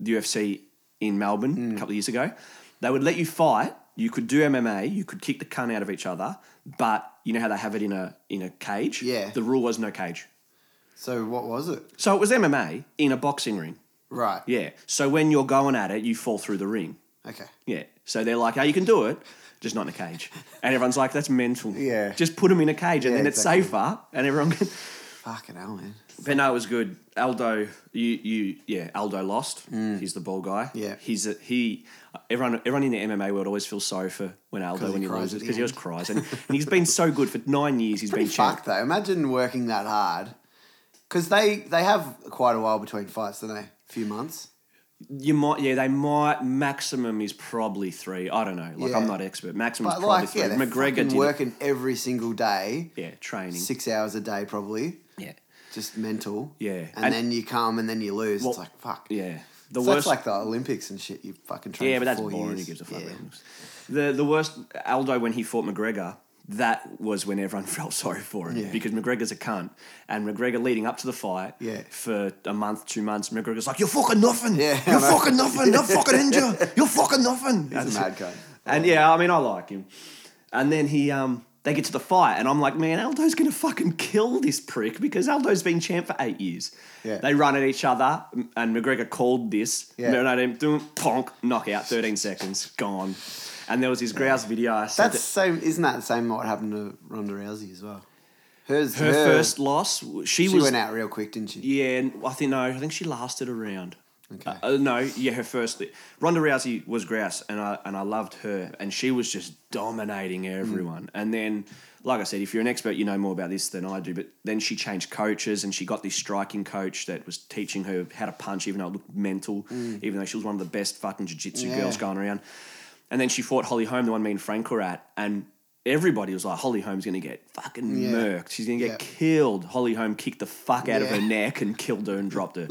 Speaker 2: the UFC in Melbourne
Speaker 1: Mm.
Speaker 2: a couple of years ago. They would let you fight. You could do MMA. You could kick the cunt out of each other, but you know how they have it in a in a cage.
Speaker 1: Yeah.
Speaker 2: The rule was no cage.
Speaker 1: so what was it?
Speaker 2: So it was MMA in a boxing ring.
Speaker 1: Right.
Speaker 2: Yeah. So when you're going at it, you fall through the ring.
Speaker 1: Okay.
Speaker 2: Yeah. So they're like, oh, you can do it, just not in a cage. And everyone's like, that's mental.
Speaker 1: Yeah.
Speaker 2: Just put them in a cage and
Speaker 1: Yeah,
Speaker 2: then
Speaker 1: exactly.
Speaker 2: it's safer and everyone can. <laughs>
Speaker 1: Fucking hell, man.
Speaker 2: But no, it was good. Aldo, you, you, yeah, Aldo lost. He's the ball guy.
Speaker 1: Mm. Yeah.
Speaker 2: He's a, he, everyone, everyone in the MMA world always feels sorry for when Aldo,
Speaker 1: 'Cause he
Speaker 2: when he,
Speaker 1: cries
Speaker 2: loses,
Speaker 1: at the
Speaker 2: because he
Speaker 1: end.
Speaker 2: always cries. And, and he's been so good for nine years. He's been champ.
Speaker 1: Fuck though. Imagine working that hard. Because they they have quite a while between fights, don't they? A few months.
Speaker 2: You might, yeah, they might, maximum is probably three. I don't know. Like,
Speaker 1: Yeah.
Speaker 2: I'm not expert. Maximum is
Speaker 1: But
Speaker 2: probably
Speaker 1: like,
Speaker 2: three.
Speaker 1: yeah, they're
Speaker 2: McGregor
Speaker 1: fucking
Speaker 2: did,
Speaker 1: working every single day,
Speaker 2: yeah, training.
Speaker 1: six hours a day probably,
Speaker 2: Yeah.
Speaker 1: just mental.
Speaker 2: Yeah.
Speaker 1: And,
Speaker 2: And-
Speaker 1: then you come and then you lose. it's like fuck.
Speaker 2: Yeah.
Speaker 1: The
Speaker 2: The
Speaker 1: so
Speaker 2: worst
Speaker 1: that's like the Olympics and shit. You fucking train.
Speaker 2: Yeah,
Speaker 1: for
Speaker 2: but that's
Speaker 1: four
Speaker 2: boring.
Speaker 1: Years.
Speaker 2: Who gives a fuck?
Speaker 1: Yeah.
Speaker 2: about Olympics? The the worst Aldo when he fought McGregor that was when everyone <laughs> felt sorry for him
Speaker 1: Yeah.
Speaker 2: because McGregor's a cunt. And McGregor, leading up to the fight
Speaker 1: Yeah.
Speaker 2: for a month, two months, McGregor's like, You're fucking nothing.
Speaker 1: Yeah, I
Speaker 2: You're
Speaker 1: know.
Speaker 2: fucking nothing. You're fucking injured. You're fucking nothing.
Speaker 1: He's a mad guy.
Speaker 2: And yeah, I mean, I like him. And then he, um, they get to the fight, and I'm like, man, Aldo's gonna fucking kill this prick because Aldo's been champ for eight years.
Speaker 1: Yeah.
Speaker 2: They run at each other, m- and McGregor called this.
Speaker 1: Yeah.
Speaker 2: Yeah. No, no, doing ponk, knockout, 13 seconds, gone. And there was his grouse video. I said
Speaker 1: That's same. Isn't that the same? What happened to Ronda Rousey as well? Hers,
Speaker 2: that her first loss, w- she,
Speaker 1: She
Speaker 2: was.
Speaker 1: went out real quick, didn't she?
Speaker 2: Yeah, and I think no, I think she lasted around.
Speaker 1: Okay. <laughs>
Speaker 2: Uh, uh, no, yeah, her first. Ronda Rousey was grouse, and I and I loved her, and she was just dominating everyone. And then, like I said, if you're an expert, you know more about this than I do. But then she changed coaches, and she got this striking coach that was teaching her how to punch, even though it looked mental, even though she was one of the best fucking jiu-jitsu
Speaker 1: Mm. Yeah.
Speaker 2: girls going around. And then she fought Holly Holm, the one me and Frank were at, and. Everybody was like, Holly Holm's gonna get fucking
Speaker 1: Yeah.
Speaker 2: murked. She's gonna get
Speaker 1: Yeah.
Speaker 2: killed. Holly Holm kicked the fuck out of
Speaker 1: Yeah.
Speaker 2: her neck and killed her and
Speaker 1: <laughs>
Speaker 2: dropped her.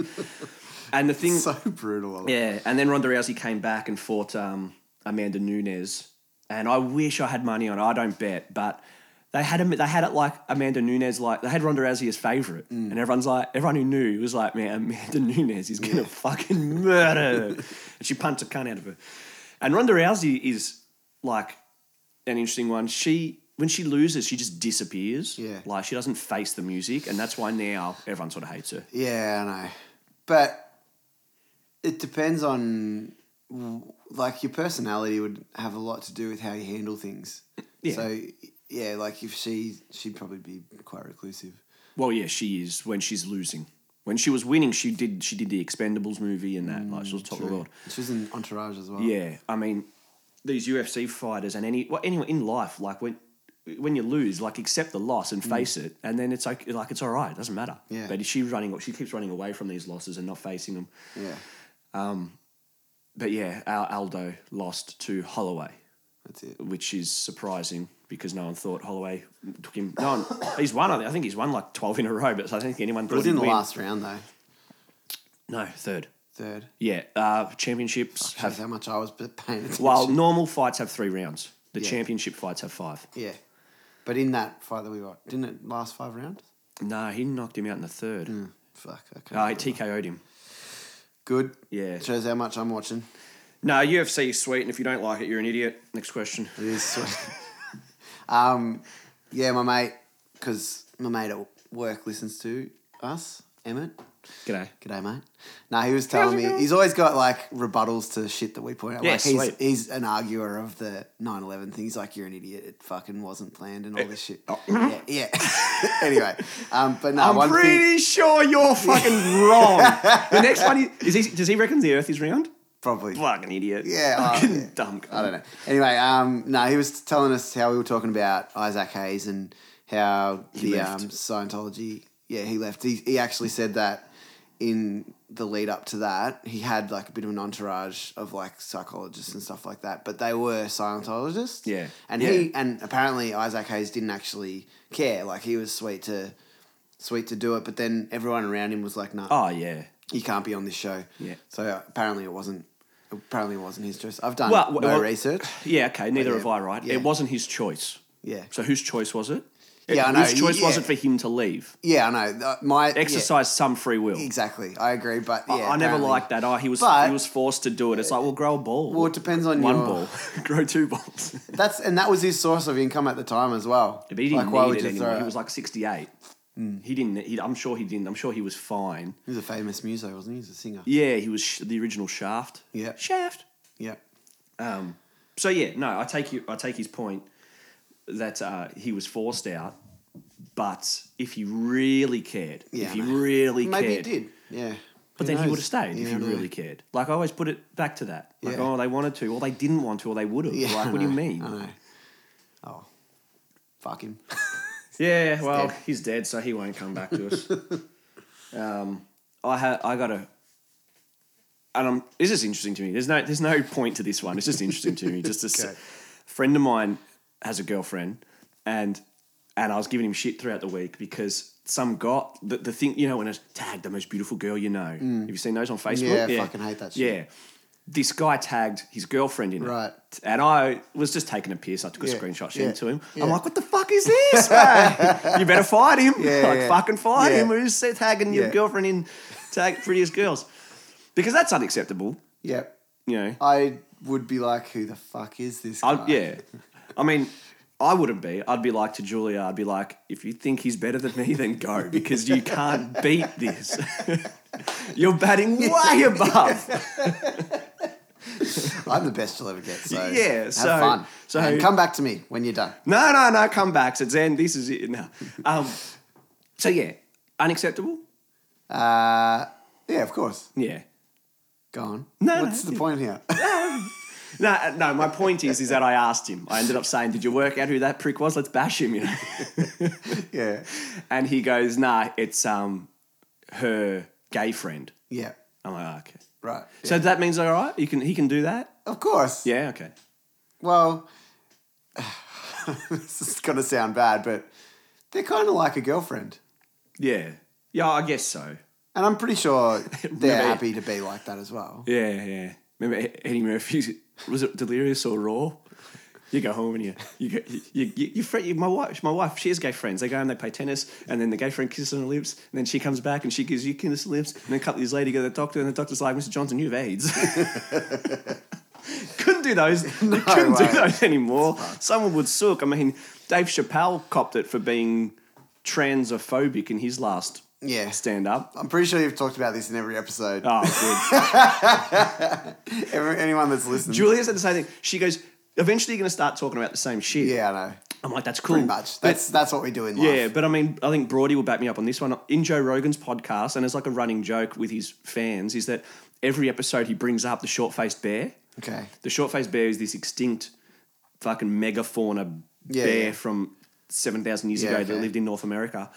Speaker 2: and the thing,
Speaker 1: So brutal.
Speaker 2: yeah, and then Ronda Rousey came back and fought um, Amanda Nunes, and I wish I had money on. it. I don't bet, but they had they had it like Amanda Nunes, like they had Ronda Rousey as favorite, and everyone's like, everyone who knew was like, man, Amanda <laughs> Nunes is gonna fucking murder, her. and she punched a cunt out of her. And Ronda Rousey is like an interesting one. She when she loses, she just disappears.
Speaker 1: Yeah.
Speaker 2: like she doesn't face the music, and that's why now everyone sort of hates her.
Speaker 1: Yeah, I know. But it depends on like your personality would have a lot to do with how you handle things.
Speaker 2: Yeah.
Speaker 1: So yeah, like if she she'd probably be quite reclusive.
Speaker 2: Well, yeah, she is when she's losing. When she was winning, she did she did the Expendables movie and that. like she was top of the world.
Speaker 1: She was in Entourage as well.
Speaker 2: Oh, Yeah, I mean, these UFC fighters and any well, anyone in life, like when when you lose, like accept the loss and face it, and then it's okay, like it's all right. It doesn't matter.
Speaker 1: Mm. Yeah.
Speaker 2: But she running, she keeps running away from these losses and not facing them.
Speaker 1: Yeah.
Speaker 2: But yeah, our Aldo lost to Holloway.
Speaker 1: That's it.
Speaker 2: which is surprising because no one thought Holloway took him. No one, <coughs> he's won. I think- I think he's won like twelve in a row, but I don't think anyone.
Speaker 1: It
Speaker 2: Thought
Speaker 1: was
Speaker 2: he'd
Speaker 1: in the
Speaker 2: win.
Speaker 1: last round though.
Speaker 2: No, third.
Speaker 1: Third.
Speaker 2: Yeah, uh, championships
Speaker 1: Shows
Speaker 2: have.
Speaker 1: how much I was <laughs> p- paying attention.
Speaker 2: Well, normal fights have three rounds. The
Speaker 1: Yeah.
Speaker 2: championship fights have five.
Speaker 1: yeah. But in that fight that we got, didn't it last five rounds?
Speaker 2: No, he knocked him out in the third.
Speaker 1: Fuck. Okay.
Speaker 2: No, he TKO'd him.
Speaker 1: Good.
Speaker 2: Yeah.
Speaker 1: Shows how much I'm watching.
Speaker 2: No, UFC is sweet, and if you don't like it, you're an idiot. Next question.
Speaker 1: It is. sweet. <laughs> um, yeah, my mate, because my mate at work listens to us, Emmett.
Speaker 2: G'day.
Speaker 1: G'day, mate. No, he was telling me he's always got like rebuttals to shit that we point out.
Speaker 2: Yeah,
Speaker 1: like he's
Speaker 2: sweet.
Speaker 1: he's an arguer of the 9-11 thing. He's like, you're an idiot. It fucking wasn't planned and all this shit. yeah. yeah. <laughs> anyway, um, but no,
Speaker 2: Eh, oh. I'm
Speaker 1: one
Speaker 2: pretty
Speaker 1: thing
Speaker 2: sure you're fucking <laughs> wrong. The next one is, is he, does he reckon the Earth is round?
Speaker 1: probably.
Speaker 2: Fucking idiot.
Speaker 1: Yeah, oh,
Speaker 2: <laughs> Fucking
Speaker 1: yeah.
Speaker 2: dumb.
Speaker 1: I don't know. Anyway, um, no, he was telling us how we were talking about Isaac Hayes and how the um,
Speaker 2: left.
Speaker 1: Scientology. Yeah, he left. He, he actually said that in the lead up to that, he had like a bit of an entourage of like psychologists and stuff like that, but they were Scientologists.
Speaker 2: Yeah.
Speaker 1: and
Speaker 2: Yeah.
Speaker 1: he and apparently Isaac Hayes didn't actually care. Like he was sweet to sweet to do it, but then everyone around him was like, "No,
Speaker 2: Oh yeah.
Speaker 1: you can't be on this show."
Speaker 2: Yeah.
Speaker 1: So uh, apparently it wasn't. Apparently it wasn't his choice. I've done
Speaker 2: Well,
Speaker 1: no
Speaker 2: well-
Speaker 1: research.
Speaker 2: Yeah. Okay. Neither
Speaker 1: yeah.
Speaker 2: have I. Right.
Speaker 1: Yeah.
Speaker 2: It wasn't his choice.
Speaker 1: Yeah.
Speaker 2: So whose choice was it?
Speaker 1: Yeah, I know.
Speaker 2: Whose choice
Speaker 1: Yeah.
Speaker 2: was it for him to leave?
Speaker 1: Yeah, I know. Uh, My yeah,
Speaker 2: Exercise some free will.
Speaker 1: exactly. I agree, but yeah,
Speaker 2: I- I never
Speaker 1: apparently-
Speaker 2: liked that. Oh, he was
Speaker 1: But-
Speaker 2: he was forced to do it. It's like, well, grow a ball.
Speaker 1: Well, it depends on
Speaker 2: one
Speaker 1: your- <laughs>
Speaker 2: ball, grow two <laughs> balls.
Speaker 1: That's and that was his source of income at the time as well.
Speaker 2: But he didn't
Speaker 1: why
Speaker 2: need
Speaker 1: would
Speaker 2: it
Speaker 1: you
Speaker 2: anymore.
Speaker 1: throw Hmm.
Speaker 2: He was like sixty eight. He didn't. He, I'm sure he didn't. I'm sure he was fine.
Speaker 1: he was a famous muso, wasn't he? He was a singer.
Speaker 2: Yeah, he was sh- the original Shaft.
Speaker 1: Yeah.
Speaker 2: Shaft.
Speaker 1: Yeah,
Speaker 2: Um, so yeah, no, I take you. I take his point that uh, he was forced out, but if he really cared,
Speaker 1: Yeah,
Speaker 2: if he
Speaker 1: no.
Speaker 2: really
Speaker 1: maybe
Speaker 2: cared,
Speaker 1: he did. Yeah, Who
Speaker 2: but then he
Speaker 1: knows?
Speaker 2: would have stayed if
Speaker 1: Yeah,
Speaker 2: he
Speaker 1: I know.
Speaker 2: really cared. Like I always put it back to that. Like
Speaker 1: Yeah.
Speaker 2: oh, they wanted to, or they didn't want to, or they would have.
Speaker 1: Yeah,
Speaker 2: like
Speaker 1: I
Speaker 2: what do you
Speaker 1: know.
Speaker 2: mean?
Speaker 1: I know. Oh, fuck him. <laughs>
Speaker 2: Yeah, well,
Speaker 1: dead.
Speaker 2: he's dead, so he won't come back to
Speaker 1: <laughs>
Speaker 2: us. um, I ha- I got a, and I'm. This is interesting to me. There's no there's no point to this one. It's just interesting to
Speaker 1: <laughs>
Speaker 2: me. Just a s-
Speaker 1: Okay.
Speaker 2: friend of mine has a girlfriend, and and I was giving him shit throughout the week because some got the, the thing you know when it's tagged the most beautiful girl you know. Have you seen those on Facebook?
Speaker 1: Yeah, I Mm. fucking hate that shit.
Speaker 2: Yeah. this guy tagged his girlfriend in it.
Speaker 1: Right.
Speaker 2: And I was just taking a piss. I took a
Speaker 1: Yeah,
Speaker 2: screenshot, sent
Speaker 1: yeah,
Speaker 2: it to him.
Speaker 1: yeah.
Speaker 2: I'm like, what the fuck is this,
Speaker 1: <laughs>
Speaker 2: man? you better fight him.
Speaker 1: Yeah,
Speaker 2: like,
Speaker 1: yeah.
Speaker 2: fucking fight
Speaker 1: Yeah.
Speaker 2: him. Who's tagging
Speaker 1: Yeah.
Speaker 2: your girlfriend in tag prettiest girls? Because that's unacceptable,
Speaker 1: Yep.
Speaker 2: you know.
Speaker 1: I would be like, who the fuck is this guy?
Speaker 2: I'd, yeah. I mean, I wouldn't be. I'd be like to Julia, I'd be like, if you think he's better than me, then
Speaker 1: <laughs>
Speaker 2: go because you can't beat this. <laughs> You're batting way above.
Speaker 1: I'm the best you'll ever get. So
Speaker 2: <laughs> Yeah,
Speaker 1: have
Speaker 2: so-
Speaker 1: fun.
Speaker 2: so-
Speaker 1: and come back to me when you're done.
Speaker 2: No, no, no, comebacks. It's end. This is it now. Um, so, yeah, unacceptable.
Speaker 1: Uh, yeah, of course.
Speaker 2: Yeah.
Speaker 1: Go on.
Speaker 2: No, no,
Speaker 1: What's the point here?
Speaker 2: No, uh, no, my point is, is that I asked him. I ended up saying, did you work out who that prick was? Let's bash him, you know. <laughs>
Speaker 1: yeah.
Speaker 2: And he goes, nah, it's um, her gay friend.
Speaker 1: Yeah.
Speaker 2: I'm like, oh, okay.
Speaker 1: Right.
Speaker 2: So that means all right. You can he can do that.
Speaker 1: Of course.
Speaker 2: Yeah. Okay.
Speaker 1: Well, <sighs> this is going to sound bad, but they're kind of like a girlfriend.
Speaker 2: Yeah. Yeah. I guess so.
Speaker 1: And I'm pretty
Speaker 2: <laughs>
Speaker 1: sure they're
Speaker 2: Maybe.
Speaker 1: happy to be like that as well.
Speaker 2: Yeah. Yeah. Remember E- Eddie Murphy's <laughs> was it Delirious or Raw? You go home and you you go, you, you, you, you, friend- you my wife my wife she has gay friends they go and they play tennis and then the gay friend kisses on the lips and then she comes back and she gives you a kiss on the lips and then a couple of years later you go to the doctor and the doctor's like Mr Johnson you have AIDS. <laughs> couldn't do those. they couldn't
Speaker 1: way.
Speaker 2: do those anymore. Someone would sook. I mean Dave Chappelle copped it for being transphobic in his last
Speaker 1: Yeah.
Speaker 2: stand up.
Speaker 1: I'm pretty sure you've talked about this in every episode.
Speaker 2: Oh, good.
Speaker 1: Every, anyone that's listened.
Speaker 2: Julia said the same thing. She goes, eventually you're going to start talking about the same shit.
Speaker 1: yeah, I know.
Speaker 2: I'm like, that's cool.
Speaker 1: Pretty much. That's that's what we do in life.
Speaker 2: yeah, but I mean, I think Brody will back me up on this one. In Joe Rogan's podcast, and it's like a running joke with his fans, is that every episode he brings up the short faced bear.
Speaker 1: Okay.
Speaker 2: The short faced bear is this extinct fucking megafauna
Speaker 1: Yeah,
Speaker 2: bear
Speaker 1: yeah.
Speaker 2: from 7,000 years
Speaker 1: Yeah,
Speaker 2: ago that
Speaker 1: okay.
Speaker 2: lived in North America.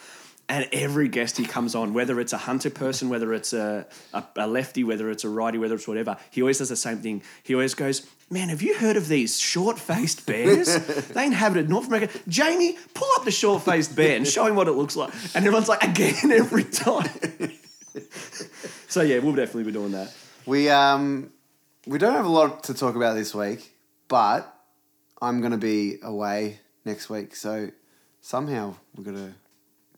Speaker 2: And every guest he comes on, whether it's a hunter person, whether it's a, a, a lefty, whether it's a righty, whether it's whatever, he always does the same thing. He always goes, Man, have you heard of these short faced
Speaker 1: <laughs>
Speaker 2: bears? they inhabited North America. Jamie, pull up the short faced bear and show him what it looks like. And everyone's like, Again, <laughs>
Speaker 1: <laughs>
Speaker 2: every time. so, yeah, we'll definitely be doing that.
Speaker 1: We um we don't have a lot to talk about this week, but I'm gonna be away next week, so somehow we're gonna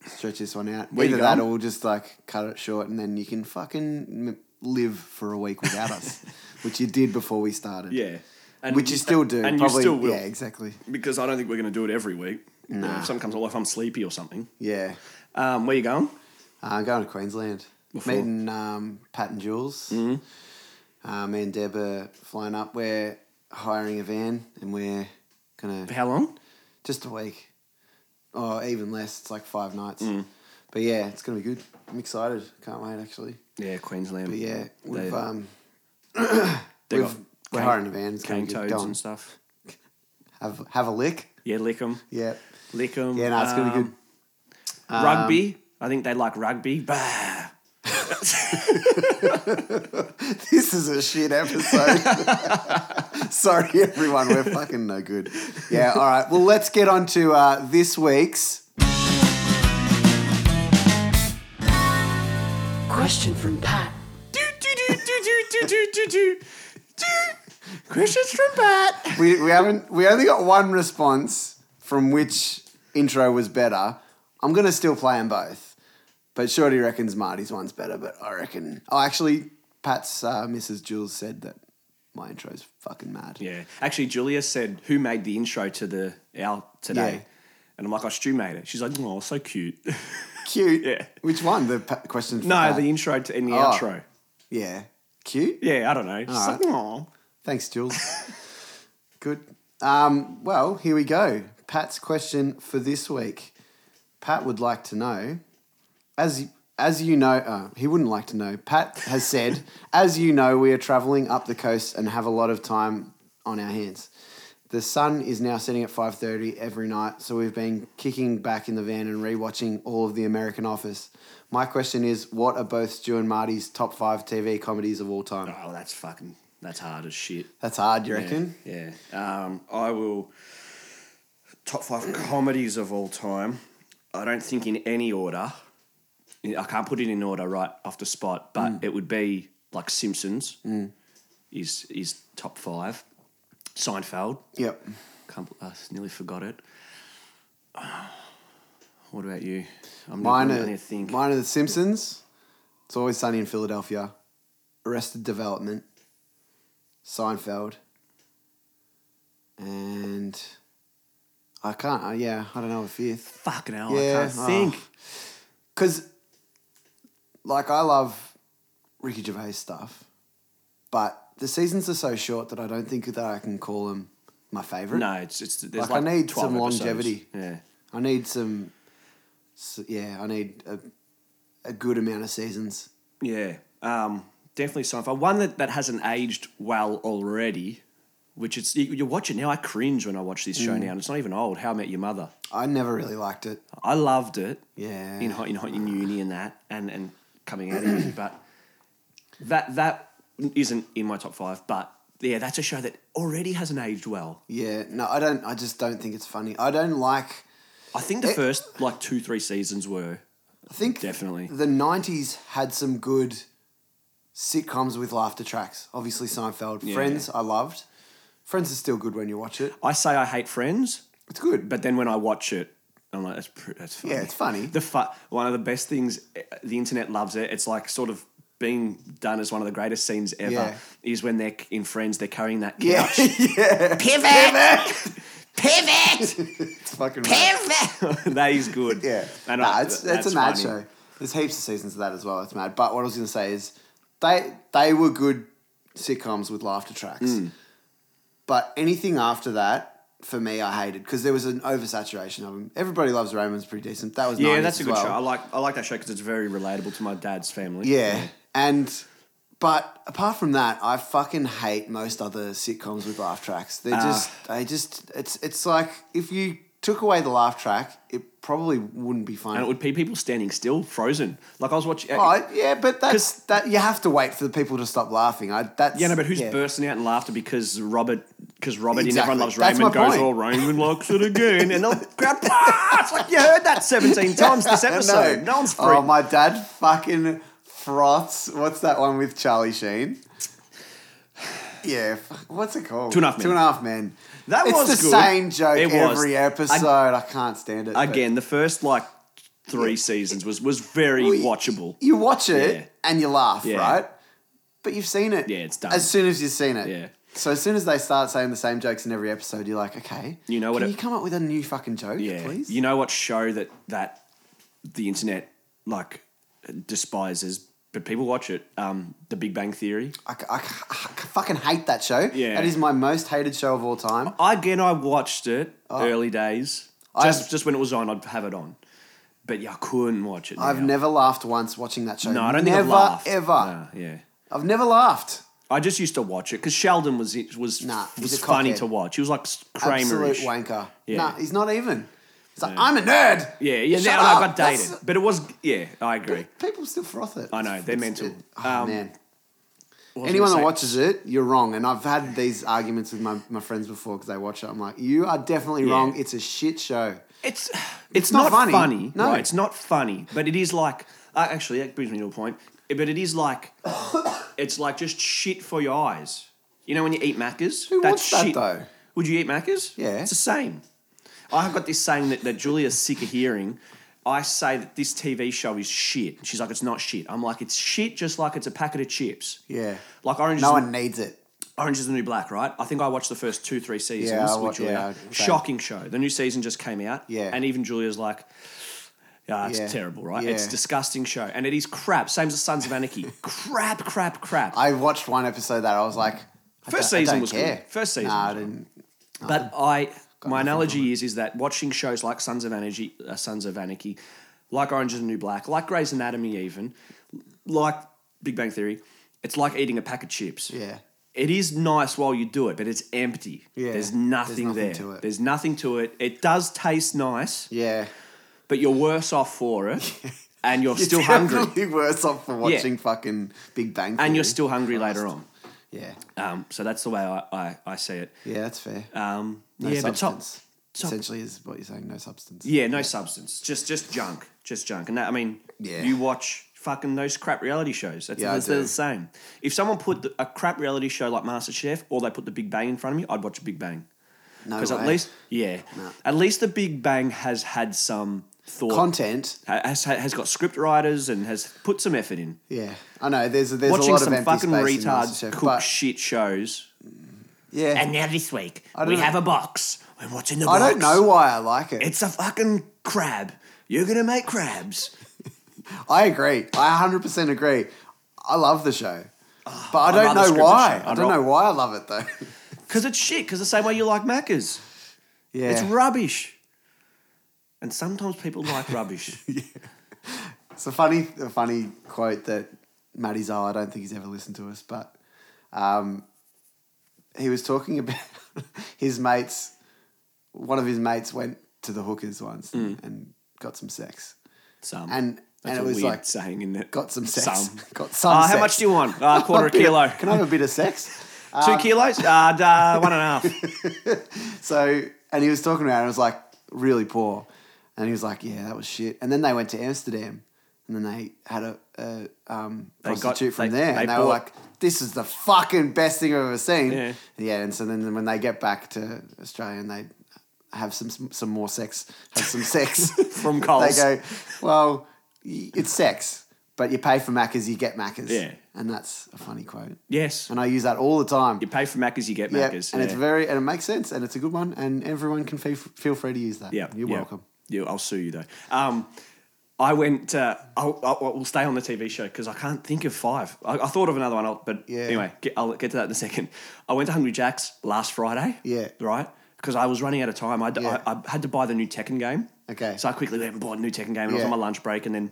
Speaker 1: stretch this one out.
Speaker 2: Where you
Speaker 1: Either that,
Speaker 2: going?
Speaker 1: or we'll just like cut it short, and then you can fucking m- live for a week without
Speaker 2: <laughs>
Speaker 1: us, which you did before we started.
Speaker 2: Yeah. And
Speaker 1: which you still do.
Speaker 2: And
Speaker 1: probably,
Speaker 2: you still will.
Speaker 1: Yeah, exactly.
Speaker 2: because I don't think we're going to do it every week. If something comes along, if I'm sleepy or something.
Speaker 1: Yeah,
Speaker 2: Um, where you going?
Speaker 1: uh, I'm going to Queensland,
Speaker 2: Before-
Speaker 1: meeting um, Pat and Jules.
Speaker 2: Mm-hmm.
Speaker 1: Uh, me and Deb are flying up. We're hiring a van, and we're gonna
Speaker 2: For how long?
Speaker 1: Just a week. Or even less. It's like five nights.
Speaker 2: Mm.
Speaker 1: But yeah, it's going to be good. I'm excited. Can't wait, actually.
Speaker 2: Yeah, Queensland.
Speaker 1: But yeah, we've,
Speaker 2: They-
Speaker 1: um,
Speaker 2: They
Speaker 1: we've,
Speaker 2: got
Speaker 1: we're
Speaker 2: cane-
Speaker 1: hiring a van. It's going
Speaker 2: cane
Speaker 1: to be good.
Speaker 2: toads
Speaker 1: Go on.
Speaker 2: and stuff.
Speaker 1: Have, have a lick.
Speaker 2: Yeah, lick them,
Speaker 1: Yeah.
Speaker 2: lick them.
Speaker 1: Yeah, no, it's going
Speaker 2: Um,
Speaker 1: to be good. Um,
Speaker 2: Rugby. I think they like rugby. Bah.
Speaker 1: This is a shit
Speaker 2: <laughs>
Speaker 1: episode. Sorry, everyone. We're fucking no good. Yeah, all right. Well, let's get on to uh, this week's
Speaker 3: Question from Pat.
Speaker 2: Do, do, do, do, do, do, do, do, do, do. Questions from Pat.
Speaker 1: we, we haven't we only got one response from which intro was better. I'm gonna still play them both, but Shorty reckons Marty's one's better. But I reckon oh actually Pat's uh, Mrs. Jules said that my intro's fucking mad.
Speaker 2: Yeah, actually, Julia said who made the intro to the our today,
Speaker 1: Yeah.
Speaker 2: and I'm like, oh, Stu made it. She's like, oh, so cute. <laughs> Uh,
Speaker 1: Cute.
Speaker 2: Yeah.
Speaker 1: Which one? The pa- question. for
Speaker 2: no,
Speaker 1: Pat?
Speaker 2: the intro to, and the
Speaker 1: Oh.
Speaker 2: outro.
Speaker 1: yeah. Cute.
Speaker 2: Yeah, I don't know. She's
Speaker 1: Alright.
Speaker 2: like, oh.
Speaker 1: Thanks, Jules. Good. Um, well, here we go. Pat's question for this week. Pat would like to know, as as you know, uh, he wouldn't like to know. Pat has said, <laughs> as you know, we are traveling up the coast and have a lot of time on our hands. The sun is now setting at five thirty every night, so we've been kicking back in the van and rewatching all of The American Office. My question is, what are both Stu and Marty's top five TV comedies of all time?
Speaker 2: Oh, that's fucking. That's hard as shit.
Speaker 1: That's hard, you
Speaker 2: Yeah,
Speaker 1: reckon?
Speaker 2: Yeah. Um, I will. Top five comedies of all time. I don't think in any order.
Speaker 1: Mm.
Speaker 2: I can't put it in order right off the spot, but it would be like Simpsons. is is top five. Seinfeld.
Speaker 1: Yep.
Speaker 2: Can't, I nearly forgot it. <sighs> What about you? I'm
Speaker 1: Mine
Speaker 2: I'm
Speaker 1: are,
Speaker 2: gonna think.
Speaker 1: mine are The Simpsons. It's always sunny in Philadelphia. Arrested Development. Seinfeld. And I can't. Uh, yeah, I don't know a fifth.
Speaker 2: Fucking hell, I
Speaker 1: Yeah,
Speaker 2: can't
Speaker 1: oh.
Speaker 2: think.
Speaker 1: Because, like, I love Ricky Gervais stuff, but the seasons are so short that I don't think that I can call them my favorite.
Speaker 2: No, it's it's. There's
Speaker 1: Like,
Speaker 2: like
Speaker 1: I need
Speaker 2: 12
Speaker 1: some
Speaker 2: episodes.
Speaker 1: longevity.
Speaker 2: Yeah.
Speaker 1: I need some. s yeah, I need a, a good amount of seasons.
Speaker 2: Yeah, um, definitely Seinfeld. One that, that hasn't aged well already, which it's you, you watch it now. I cringe when I watch this
Speaker 1: Mm.
Speaker 2: show now, and it's not even old. How I Met Your Mother.
Speaker 1: I never really liked it.
Speaker 2: I loved it.
Speaker 1: Yeah.
Speaker 2: in hi- in, hi- in uni and that, and and coming out of
Speaker 1: <clears throat>
Speaker 2: uni, but that that isn't in my top five. But yeah, that's a show that already hasn't aged well.
Speaker 1: Yeah, no, I don't. I just don't think it's funny. I don't like.
Speaker 2: I think the
Speaker 1: It-
Speaker 2: first like two three seasons were
Speaker 1: I think
Speaker 2: Definitely.
Speaker 1: the '90s had some good sitcoms with laughter tracks. Obviously, Seinfeld,
Speaker 2: Yeah.
Speaker 1: Friends, I loved. Friends is still good when you watch it.
Speaker 2: I say I hate Friends,
Speaker 1: It's good,
Speaker 2: but then when I watch it, I'm like, that's pr- that's funny.
Speaker 1: Yeah, it's funny.
Speaker 2: The fu- one of the best things eh, the internet loves it. It's like sort of being done as one of the greatest scenes ever
Speaker 1: Yeah.
Speaker 2: is when they're in Friends, they're carrying that
Speaker 1: yeah,
Speaker 2: couch.
Speaker 1: <laughs> yeah,
Speaker 2: Pivot, pivot,
Speaker 1: it's fucking. Right.
Speaker 2: pivot. <laughs> that is good.
Speaker 1: Yeah,
Speaker 2: and
Speaker 1: nah,
Speaker 2: I-
Speaker 1: it's
Speaker 2: that's
Speaker 1: it's a mad
Speaker 2: funny.
Speaker 1: show. There's heaps of seasons of that as well. It's mad. But what I was going to say is, they they were good sitcoms with laughter tracks.
Speaker 2: Hmm.
Speaker 1: But anything after that, for me, I hated because there was an oversaturation of them. Everybody loves Raymond's pretty decent. That was
Speaker 2: Yeah,
Speaker 1: 90s
Speaker 2: that's a
Speaker 1: as
Speaker 2: good
Speaker 1: well.
Speaker 2: show. I like I like that show because it's very relatable to my dad's family.
Speaker 1: Yeah, and but apart from that, I fucking hate most other sitcoms with laugh tracks.
Speaker 2: Ah.
Speaker 1: They just, they just, it's it's like if you took away the laugh track, it probably wouldn't be funny.
Speaker 2: and it would be people standing still, frozen. Like I was eh, watching.
Speaker 1: Oh, I- yeah, but that's that. You have to wait for the people to stop laughing. I that's
Speaker 2: Yeah, no, but who's
Speaker 1: yeah. <laughs>
Speaker 2: bursting out in laughter because Robert, because Robert in
Speaker 1: Exactly.
Speaker 2: Everyone Loves
Speaker 1: That's
Speaker 2: Raymond
Speaker 1: my
Speaker 2: goes,
Speaker 1: point.
Speaker 2: all Raymond likes it
Speaker 1: <laughs>
Speaker 2: again, and the crowd, "Ah!" it's like you heard that seventeen times this episode. No, one's free.
Speaker 1: Oh, my dad fucking froths. What's that one with Charlie Sheen? Yeah, fuck, what's it called?
Speaker 2: Two and a Half Men.
Speaker 1: Two and a half men.
Speaker 2: That
Speaker 1: it's
Speaker 2: was
Speaker 1: the
Speaker 2: good.
Speaker 1: same joke
Speaker 2: It was.
Speaker 1: every
Speaker 2: I-
Speaker 1: episode. I, can't stand it. but-
Speaker 2: Again, the first like three seasons was was very
Speaker 1: Well, you-
Speaker 2: watchable.
Speaker 1: You watch it
Speaker 2: Yeah.
Speaker 1: and you laugh,
Speaker 2: Yeah.
Speaker 1: right? But you've seen it.
Speaker 2: Yeah, it's done.
Speaker 1: As soon as you've seen it.
Speaker 2: Yeah.
Speaker 1: So as soon as they start saying the same jokes in every episode, you're like, okay,
Speaker 2: You know what
Speaker 1: Can
Speaker 2: it-
Speaker 1: you come up with a new fucking joke,
Speaker 2: Yeah,
Speaker 1: please?
Speaker 2: you know what show that that the internet like despises, but people watch it. Um, The Big Bang Theory.
Speaker 1: I, c- I c- I c- fucking hate that show.
Speaker 2: Yeah.
Speaker 1: That is my most hated show of all time.
Speaker 2: Again, I watched it
Speaker 1: Oh.
Speaker 2: early days. Just
Speaker 1: I've-
Speaker 2: just when it was on, I'd have it on. But yeah, I couldn't watch it.
Speaker 1: I've
Speaker 2: now.
Speaker 1: never laughed once watching that show.
Speaker 2: No, I don't
Speaker 1: never,
Speaker 2: think I've laughed
Speaker 1: ever.
Speaker 2: No, yeah.
Speaker 1: I've never laughed.
Speaker 2: I just used to watch it because Sheldon was it was
Speaker 1: Nah, he's
Speaker 2: was
Speaker 1: a
Speaker 2: funny
Speaker 1: cockhead.
Speaker 2: to watch. He was like s-
Speaker 1: Absolute
Speaker 2: Kramerish.
Speaker 1: wanker.
Speaker 2: Yeah.
Speaker 1: Nah, he's not even. He's like, I'm a nerd.
Speaker 2: Yeah, yeah.
Speaker 1: Shut
Speaker 2: Now I
Speaker 1: up.
Speaker 2: got dated,
Speaker 1: That's-
Speaker 2: but it was yeah. I agree.
Speaker 1: People still froth it.
Speaker 2: I know, they're mental.
Speaker 1: oh,
Speaker 2: Um,
Speaker 1: man.
Speaker 2: What was I
Speaker 1: Anyone
Speaker 2: gonna
Speaker 1: that
Speaker 2: say?
Speaker 1: watches it, you're wrong. And I've had these arguments with my, my friends before because they watch it. I'm like, you are definitely
Speaker 2: Yeah.
Speaker 1: wrong. It's a shit show.
Speaker 2: It's it's,
Speaker 1: not
Speaker 2: not,
Speaker 1: funny.
Speaker 2: funny.
Speaker 1: No.
Speaker 2: No, it's not funny. But it is like uh, actually that brings me to a point. But it
Speaker 1: <coughs>
Speaker 2: is like it's like just shit for your eyes. You know when you eat macas,
Speaker 1: Who wants that, though?
Speaker 2: Would you eat macas?
Speaker 1: Yeah.
Speaker 2: it's the same. I've got this saying that, that Julia's sick of hearing. I say that this TV show is shit. She's like, it's not shit. I'm like, it's shit, just like it's a packet of chips.
Speaker 1: Yeah.
Speaker 2: Like orange.
Speaker 1: No
Speaker 2: is
Speaker 1: one needs it.
Speaker 2: Orange is the New Black, right? I think I watched the first two, three seasons
Speaker 1: Yeah, I wa-
Speaker 2: with Julia.
Speaker 1: yeah, same.
Speaker 2: Shocking show. The new season just came out.
Speaker 1: Yeah.
Speaker 2: And even Julia's like, yeah, it's
Speaker 1: Yeah.
Speaker 2: terrible, right?
Speaker 1: Yeah.
Speaker 2: It's disgusting show. And it is crap. Same as Sons of Anarchy.
Speaker 1: <laughs>
Speaker 2: crap, crap, crap.
Speaker 1: I watched one episode that I was like, I
Speaker 2: First
Speaker 1: don't- I
Speaker 2: season
Speaker 1: don't
Speaker 2: was good.
Speaker 1: care.
Speaker 2: First season
Speaker 1: Nah, I
Speaker 2: was
Speaker 1: didn't.
Speaker 2: But I, my
Speaker 1: nothing
Speaker 2: analogy is, is that watching shows like Sons of Anarchy, uh, Sons of Anarchy, like Orange is the New Black, like Grey's Anatomy, even like Big Bang Theory, it's like eating a pack of chips.
Speaker 1: Yeah.
Speaker 2: It is nice while you do it, but it's empty.
Speaker 1: Yeah.
Speaker 2: There's nothing,
Speaker 1: There's nothing
Speaker 2: there.
Speaker 1: to it.
Speaker 2: There's nothing to it. It does taste nice,
Speaker 1: Yeah.
Speaker 2: but you're worse off
Speaker 1: <laughs>
Speaker 2: for it, and you're, still
Speaker 1: Definitely
Speaker 2: hungry,
Speaker 1: <laughs> worse off for watching fucking Big Bang.
Speaker 2: and you're
Speaker 1: Theory.
Speaker 2: still hungry later on.
Speaker 1: Yeah.
Speaker 2: Um, so that's the way I, I, I see it.
Speaker 1: Yeah, that's fair.
Speaker 2: Um,
Speaker 1: no
Speaker 2: yeah,
Speaker 1: substance.
Speaker 2: but top, top
Speaker 1: Essentially, is what you're saying. No substance.
Speaker 2: Yeah, no substance. Just just junk. Just junk. And that, I mean,
Speaker 1: Yeah.
Speaker 2: you watch fucking those crap reality shows. That's,
Speaker 1: Yeah, I
Speaker 2: that's- they're
Speaker 1: do.
Speaker 2: the same. If someone put the, a crap reality show like MasterChef or they put the Big Bang in front of me, I'd watch Big Bang.
Speaker 1: No
Speaker 2: Because at
Speaker 1: way.
Speaker 2: least, yeah, at least the Big Bang has had some thought,
Speaker 1: content.
Speaker 2: ha- has, has got script writers and has put some effort in.
Speaker 1: Yeah, I know. There's there's a
Speaker 2: Watching
Speaker 1: lot of
Speaker 2: some
Speaker 1: empty
Speaker 2: fucking
Speaker 1: space in
Speaker 2: retards
Speaker 1: MasterChef,
Speaker 2: cook
Speaker 1: but
Speaker 2: shit shows.
Speaker 1: yeah,
Speaker 2: And now this week,
Speaker 1: don't
Speaker 2: we
Speaker 1: know.
Speaker 2: have a box. And what's in the
Speaker 1: I
Speaker 2: box?
Speaker 1: don't know why I like it.
Speaker 2: It's a fucking crab. You're going to make crabs.
Speaker 1: I agree. I 100% agree. I love the show. But I
Speaker 2: I'd
Speaker 1: don't
Speaker 2: rather
Speaker 1: know
Speaker 2: script Ah, the
Speaker 1: why.
Speaker 2: show.
Speaker 1: I
Speaker 2: I'd
Speaker 1: don't
Speaker 2: rather-
Speaker 1: know why I love it
Speaker 2: <laughs>
Speaker 1: though. <laughs>
Speaker 2: Because it's shit. Because the same way you like Maccas.
Speaker 1: yeah.
Speaker 2: It's rubbish. And sometimes people like
Speaker 1: <laughs>
Speaker 2: rubbish.
Speaker 1: It's a funny, a funny quote that Matty Zell. I don't think he's ever listened to us, but um, he was talking <laughs> about his mates. One of his mates went to the hookers once and, and got some sex,
Speaker 2: Some.
Speaker 1: and
Speaker 2: Mm. Um,
Speaker 1: and
Speaker 2: That's
Speaker 1: it
Speaker 2: a
Speaker 1: was
Speaker 2: weird
Speaker 1: like
Speaker 2: saying in it.
Speaker 1: got some sex,
Speaker 2: Some.
Speaker 1: <laughs> got some.
Speaker 2: Ah, how
Speaker 1: sex.
Speaker 2: much do you want? Uh,
Speaker 1: <laughs>
Speaker 2: quarter a
Speaker 1: Can I-
Speaker 2: kilo.
Speaker 1: Can I have a bit of
Speaker 2: <laughs>
Speaker 1: sex?
Speaker 2: Two
Speaker 1: Um,
Speaker 2: kilos? Uh, d- uh, one and a half.
Speaker 1: <laughs> So, and he was talking about it, and it was like really poor. And he was like, yeah, that was shit. And then they went to Amsterdam and then they had a, a um,
Speaker 2: They got-
Speaker 1: prostitute from
Speaker 2: they-
Speaker 1: there.
Speaker 2: they
Speaker 1: and they were
Speaker 2: bought-
Speaker 1: like, this is the fucking best thing I've ever seen.
Speaker 2: Yeah.
Speaker 1: Yeah, And so then when they get back to Australia and they have some some more sex, have some sex
Speaker 2: <laughs> From
Speaker 1: They
Speaker 2: Coles.
Speaker 1: go, well, y- it's sex, but you pay for Maccas, you get Maccas.
Speaker 2: Yeah.
Speaker 1: And that's a funny quote.
Speaker 2: Yes.
Speaker 1: And I use that all the time.
Speaker 2: You pay for Maccas, you get
Speaker 1: Yeah,
Speaker 2: Maccas.
Speaker 1: and it's
Speaker 2: yeah.
Speaker 1: very and it makes sense and it's a good one and everyone can fe- feel free to use that.
Speaker 2: Yeah,
Speaker 1: you're
Speaker 2: yeah.
Speaker 1: welcome.
Speaker 2: Yeah, I'll sue you though. Um, I went. Uh, I'll, I'll, we'll stay on the TV show because I can't think of five. I, I thought of another one, I'll, but
Speaker 1: Yeah.
Speaker 2: anyway, get, I'll get to that in a second. I went to Hungry Jack's last Friday.
Speaker 1: Yeah.
Speaker 2: Right. Because I was running out of time. I, d-
Speaker 1: Yeah.
Speaker 2: I- I had to buy the new Tekken game.
Speaker 1: Okay.
Speaker 2: So I quickly went and bought a new Tekken game, and I was
Speaker 1: Yeah.
Speaker 2: on my lunch break, and then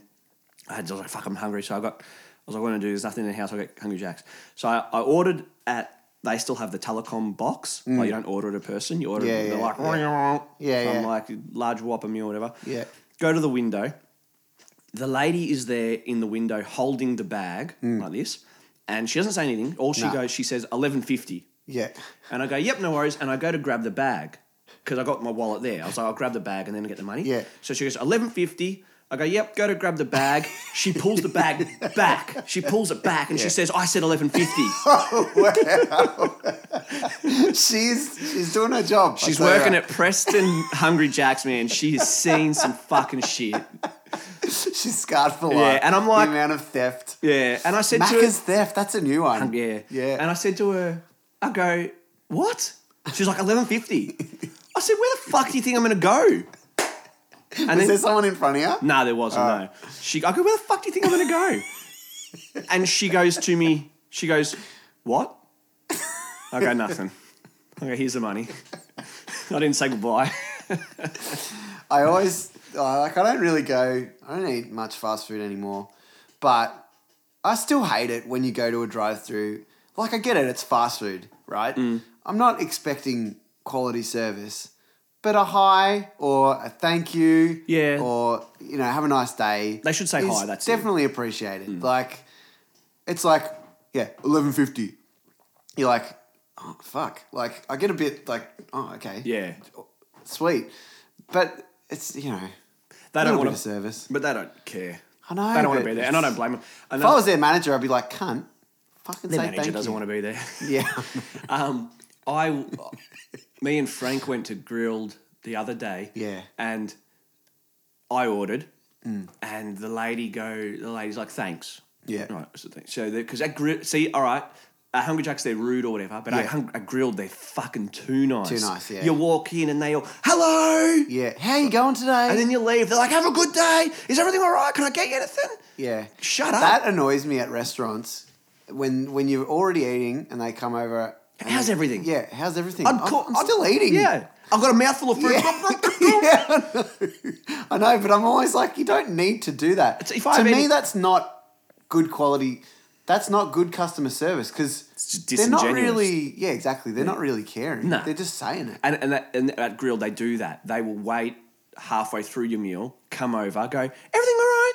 Speaker 2: I, had, I was like, "Fuck, I'm hungry." So I got. I was like, "What do I do? There's nothing in the house. I will get Hungry Jack's." So I, I ordered at. They still have the telecom box. Like you don't order it a person. You order.
Speaker 1: Mm. Yeah,
Speaker 2: it, they're
Speaker 1: yeah,
Speaker 2: like,
Speaker 1: yeah. Yeah,
Speaker 2: so I'm
Speaker 1: yeah.
Speaker 2: like large whopper meal, whatever.
Speaker 1: Yeah.
Speaker 2: Go to the window. The lady is there in the window holding the bag like this, and she doesn't say anything. All she
Speaker 1: Mm. Nah.
Speaker 2: goes, she says eleven fifty,
Speaker 1: Yeah, <laughs>
Speaker 2: and I go, yep, no worries. And I go to grab the bag because I got my wallet there. I was like, I'll grab the bag and then get the money.
Speaker 1: Yeah.
Speaker 2: So she goes eleven fifty. I go, yep, go to grab the bag. She pulls the
Speaker 1: <laughs>
Speaker 2: bag back. She pulls it back and she
Speaker 1: Yeah. Oh,
Speaker 2: says, I said
Speaker 1: <laughs>
Speaker 2: eleven fifty.
Speaker 1: she's she's doing her job.
Speaker 2: She's working at Preston Hungry Jack's, man. She has seen some fucking shit.
Speaker 1: it. <laughs> She's scarred for life.
Speaker 2: Yeah, and I'm like-
Speaker 1: the amount of theft.
Speaker 2: Yeah. And I said to her,
Speaker 1: Macca's theft. That's a new one.
Speaker 2: Yeah.
Speaker 1: yeah. <laughs>
Speaker 2: And I said to her, I go, what? She's like, 11.50. I said, where the fuck do you think I'm going to go? And
Speaker 1: is
Speaker 2: then,
Speaker 1: there someone in front of you?
Speaker 2: nah, there wasn't, no. She, I go, where the fuck do you think I'm going to go? and she goes to me, she goes, what? I go, nothing. I go, here's the money. I didn't say goodbye. <laughs>
Speaker 1: I always I- like. I don't really go. I don't eat much fast food anymore, but I still hate it when you go to a drive-through. Like I get it, it's fast food, right?
Speaker 2: Mm.
Speaker 1: I'm not expecting quality service, but a hi or a thank you,
Speaker 2: Yeah.
Speaker 1: or you know, have a nice day.
Speaker 2: They should say
Speaker 1: is
Speaker 2: hi, that's it. Mm.
Speaker 1: definitely appreciated. Like, it's like yeah, eleven fifty. You're like, oh fuck. Like I get a bit like, oh okay,
Speaker 2: Yeah.
Speaker 1: sweet, but it's you know.
Speaker 2: They
Speaker 1: A
Speaker 2: don't
Speaker 1: little bit
Speaker 2: want
Speaker 1: of
Speaker 2: to,
Speaker 1: service.
Speaker 2: but they don't care.
Speaker 1: I know.
Speaker 2: They don't want
Speaker 1: but
Speaker 2: to be there, and I don't blame them. And
Speaker 1: If I was their manager, I'd be like, "Cunt, fucking
Speaker 2: the
Speaker 1: say
Speaker 2: manager
Speaker 1: thank
Speaker 2: doesn't
Speaker 1: you."
Speaker 2: want to be there.
Speaker 1: <laughs> yeah,
Speaker 2: Um, I, <laughs> me and Frank went to Grilled the other day.
Speaker 1: Yeah. Mm.
Speaker 2: And I ordered, and the lady go, the lady's like, thanks.
Speaker 1: Yeah.
Speaker 2: Right. So thanks. So because at grill, see, all right. At Hungry Jack's, they're rude or whatever, but at,
Speaker 1: Yeah.
Speaker 2: hung- at Grilled, they're fucking too nice.
Speaker 1: Too nice, yeah.
Speaker 2: You walk in and they all, hello!
Speaker 1: yeah. How you going today?
Speaker 2: And then you leave. They're like, have a good day. Is everything all right? Can I get you anything?
Speaker 1: yeah,
Speaker 2: Shut up.
Speaker 1: that annoys me at restaurants when when you're already eating and they come over. and
Speaker 2: How's
Speaker 1: they-
Speaker 2: everything?
Speaker 1: Yeah, how's everything?
Speaker 2: I'd
Speaker 1: I'm-
Speaker 2: call-
Speaker 1: I'm,
Speaker 2: I'd-
Speaker 1: still eating.
Speaker 2: Yeah. I've got a mouthful of food.
Speaker 1: Yeah. Yeah, I know. <laughs> I know, but I'm always like, you don't need to do that.
Speaker 2: It's- if
Speaker 1: to
Speaker 2: I've
Speaker 1: me,
Speaker 2: any-
Speaker 1: that's not good quality. That's not good customer service because
Speaker 2: just
Speaker 1: they're not
Speaker 2: disingenuous.
Speaker 1: really. Yeah, exactly. They're not really caring.
Speaker 2: No.
Speaker 1: They're just saying it.
Speaker 2: And, and, that, and at Grill, they do that. They will wait halfway through your meal, come over, go, everything all right?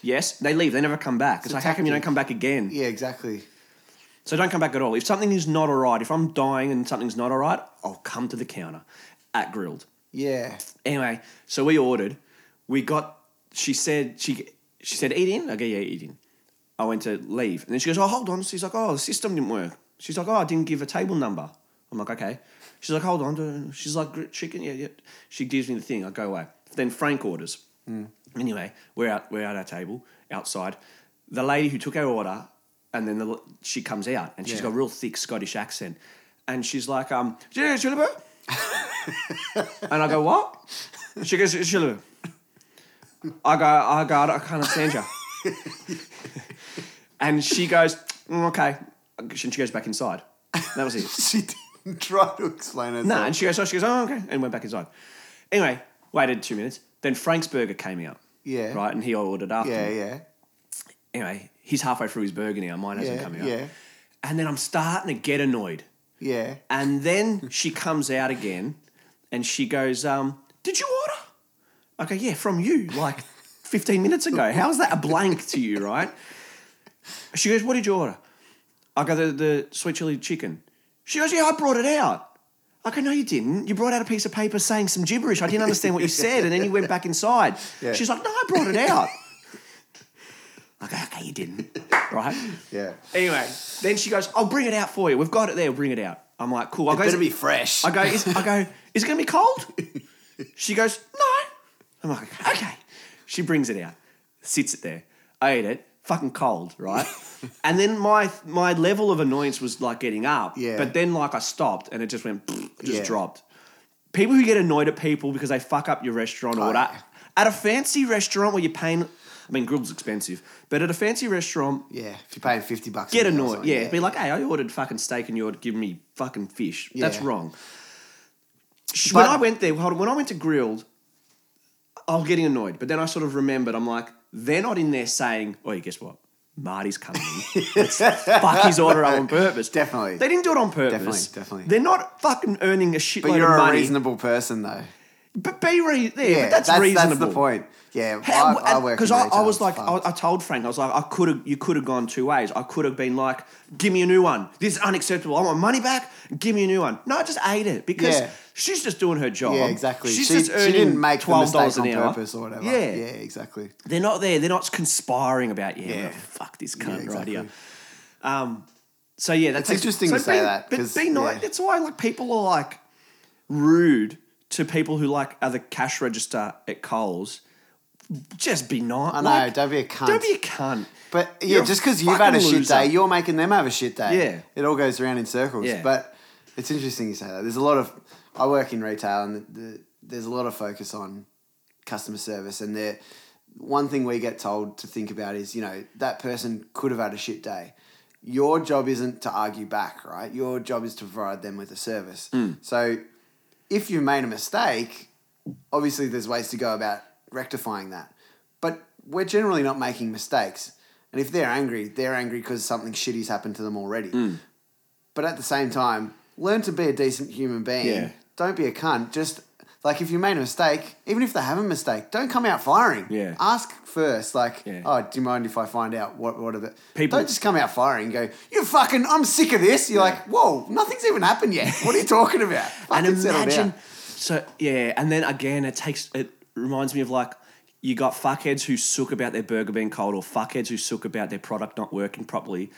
Speaker 2: Yes. They leave. They never come back. It's, like, how come you don't
Speaker 1: tactic.
Speaker 2: come back again?
Speaker 1: Yeah, exactly.
Speaker 2: So don't come back at all. If something is not all right, if I'm dying and something's not all right, I'll come to the counter at Grilled.
Speaker 1: Yeah. <laughs>
Speaker 2: Anyway, so we ordered. We got, she said, she she said, eat in? I go, yeah, eat in. I went to leave. And then she goes, oh, hold on. She's like, oh, the system didn't work. She's like, oh, I didn't give a table number. I'm like, okay. She's like, hold on. She's like, "Gr- chicken? Yeah, yeah. She gives me the thing. I go away. Then Frank orders. Anyway, we're out, we're at our table outside. The lady who took our order, and then the, she comes out and she's
Speaker 1: Yeah.
Speaker 2: got a real thick Scottish accent. And she's like, um, "Yeah, Shillabur." and I go, what? She goes, Shillabur. I go, I go, I can't understand you. and she goes, "Mm, okay. And she goes back inside. And that was it.
Speaker 1: she didn't try to explain herself.
Speaker 2: No, and she goes, oh, she goes, oh, okay, and went back inside. Anyway, waited two minutes. Then Frank's burger came out.
Speaker 1: Yeah.
Speaker 2: Right, and he ordered after.
Speaker 1: Yeah,
Speaker 2: me.
Speaker 1: yeah.
Speaker 2: Anyway, he's halfway through his burger now. Mine hasn't
Speaker 1: Yeah,
Speaker 2: come out.
Speaker 1: yeah.
Speaker 2: And then I'm starting to get annoyed.
Speaker 1: Yeah.
Speaker 2: And then she comes out again and she goes, um, Did you order? I go, Yeah, from you, like 15 minutes ago. How is that a blank to you, right? She goes, What did you order? I go, The, the sweet chili chicken. She goes, Yeah, I brought it out. I go, No, you didn't. You brought out a piece of paper saying some gibberish. I didn't understand what you said. And then you went back inside.
Speaker 1: Yeah.
Speaker 2: She's like, No, I brought it out. I go, Okay, you didn't. Right?
Speaker 1: Yeah.
Speaker 2: Anyway, then she goes, "I'll bring it out for you. We've got it there. Bring it out." I'm like, "Cool." I go,
Speaker 1: Better be fresh.
Speaker 2: I go, is, I go, is it going to
Speaker 1: <laughs>
Speaker 2: be cold? She goes, no. I'm like, okay. She brings it out, sits it there. I eat it, fucking cold,
Speaker 1: <laughs>
Speaker 2: right? and then my my level of annoyance was like getting up.
Speaker 1: Yeah.
Speaker 2: But then like I stopped and it just went, it just
Speaker 1: Yeah.
Speaker 2: dropped. People who get annoyed at people because they fuck up your restaurant order
Speaker 1: Oh, yeah.
Speaker 2: at a fancy restaurant where you're paying. I mean, grill's expensive, but at a fancy restaurant,
Speaker 1: yeah. If you're paying 50 bucks. a
Speaker 2: get
Speaker 1: meal or
Speaker 2: annoyed.
Speaker 1: something,
Speaker 2: Yeah, be like, hey, I ordered fucking steak and you're giving me fucking fish. That's
Speaker 1: Yeah.
Speaker 2: wrong. Sh-
Speaker 1: But-
Speaker 2: when I went there, hold on, when I went to grilled, I was getting annoyed, but then I sort of remembered. I'm like, they're not in there saying, "Oh, guess what? Marty's coming. in. <laughs> Let's fuck his order up on purpose."
Speaker 1: Definitely.
Speaker 2: They didn't do it on purpose.
Speaker 1: Definitely, definitely.
Speaker 2: They're not fucking earning a shitload
Speaker 1: But you're
Speaker 2: of
Speaker 1: a
Speaker 2: money.
Speaker 1: reasonable person, though.
Speaker 2: but be re- there.
Speaker 1: Yeah,
Speaker 2: but that's, reasonable.
Speaker 1: That's the point. Yeah,
Speaker 2: How-
Speaker 1: I, I
Speaker 2: and-
Speaker 1: work in
Speaker 2: I, I
Speaker 1: retail,
Speaker 2: was
Speaker 1: it's
Speaker 2: like,
Speaker 1: fucked.
Speaker 2: I, I told Frank, I was like, I could have, you could have gone two ways. I could have been like, give me a new one. This is unacceptable. I want money back. Give me a new one. No, I just ate it because
Speaker 1: Yeah.
Speaker 2: she's just doing her job.
Speaker 1: yeah, exactly.
Speaker 2: She's
Speaker 1: she,
Speaker 2: just
Speaker 1: she
Speaker 2: earning
Speaker 1: didn't make the
Speaker 2: twelve dollars
Speaker 1: mistake
Speaker 2: an
Speaker 1: on
Speaker 2: hour.
Speaker 1: purpose or whatever.
Speaker 2: Yeah.
Speaker 1: Yeah, exactly.
Speaker 2: they're not there. They're not conspiring about yeah.
Speaker 1: Yeah.
Speaker 2: well, fuck this cunt right
Speaker 1: exactly.
Speaker 2: here. Um, so yeah, that's
Speaker 1: It's interesting
Speaker 2: so
Speaker 1: to say
Speaker 2: be-
Speaker 1: that,
Speaker 2: But
Speaker 1: 'cause,
Speaker 2: be nice.
Speaker 1: yeah.
Speaker 2: That's why like people are like rude to people who like are the cash register at Coles. Just be nice.
Speaker 1: I know, don't be a cunt.
Speaker 2: Don't be a cunt.
Speaker 1: But yeah,
Speaker 2: You're a
Speaker 1: just because you've had a
Speaker 2: fucking
Speaker 1: shit
Speaker 2: loser.
Speaker 1: day, you're making them have a shit day.
Speaker 2: Yeah.
Speaker 1: It all goes around in circles.
Speaker 2: Yeah.
Speaker 1: But it's interesting you say that. There's a lot of, I work in retail and the, the, there's a lot of focus on customer service. And there, one thing we get told to think about is, you know, that person could have had a shit day. Your job isn't to argue back, right? Your job is to provide them with a service.
Speaker 2: Mm.
Speaker 1: So if you've made a mistake, obviously there's ways to go about rectifying that. But we're generally not making mistakes. And if they're angry, they're angry because something shitty's happened to them already.
Speaker 2: Hmm.
Speaker 1: But at the same time, learn to be a decent human being.
Speaker 2: Yeah.
Speaker 1: Don't be a cunt. Just like if you made a mistake, even if they have a mistake, don't come out firing.
Speaker 2: Yeah.
Speaker 1: Ask first, like,
Speaker 2: Yeah.
Speaker 1: oh, do you mind if I find out what what of it?
Speaker 2: People-
Speaker 1: don't just come out firing. And go, you fucking, I'm sick of this. You're like, whoa, nothing's even happened yet. What are you talking about?
Speaker 2: <laughs> and
Speaker 1: Fucking settle down.
Speaker 2: imagine so yeah and then again it takes it reminds me of like you got fuckheads who sook about their burger being cold or fuckheads who sook about their product not working properly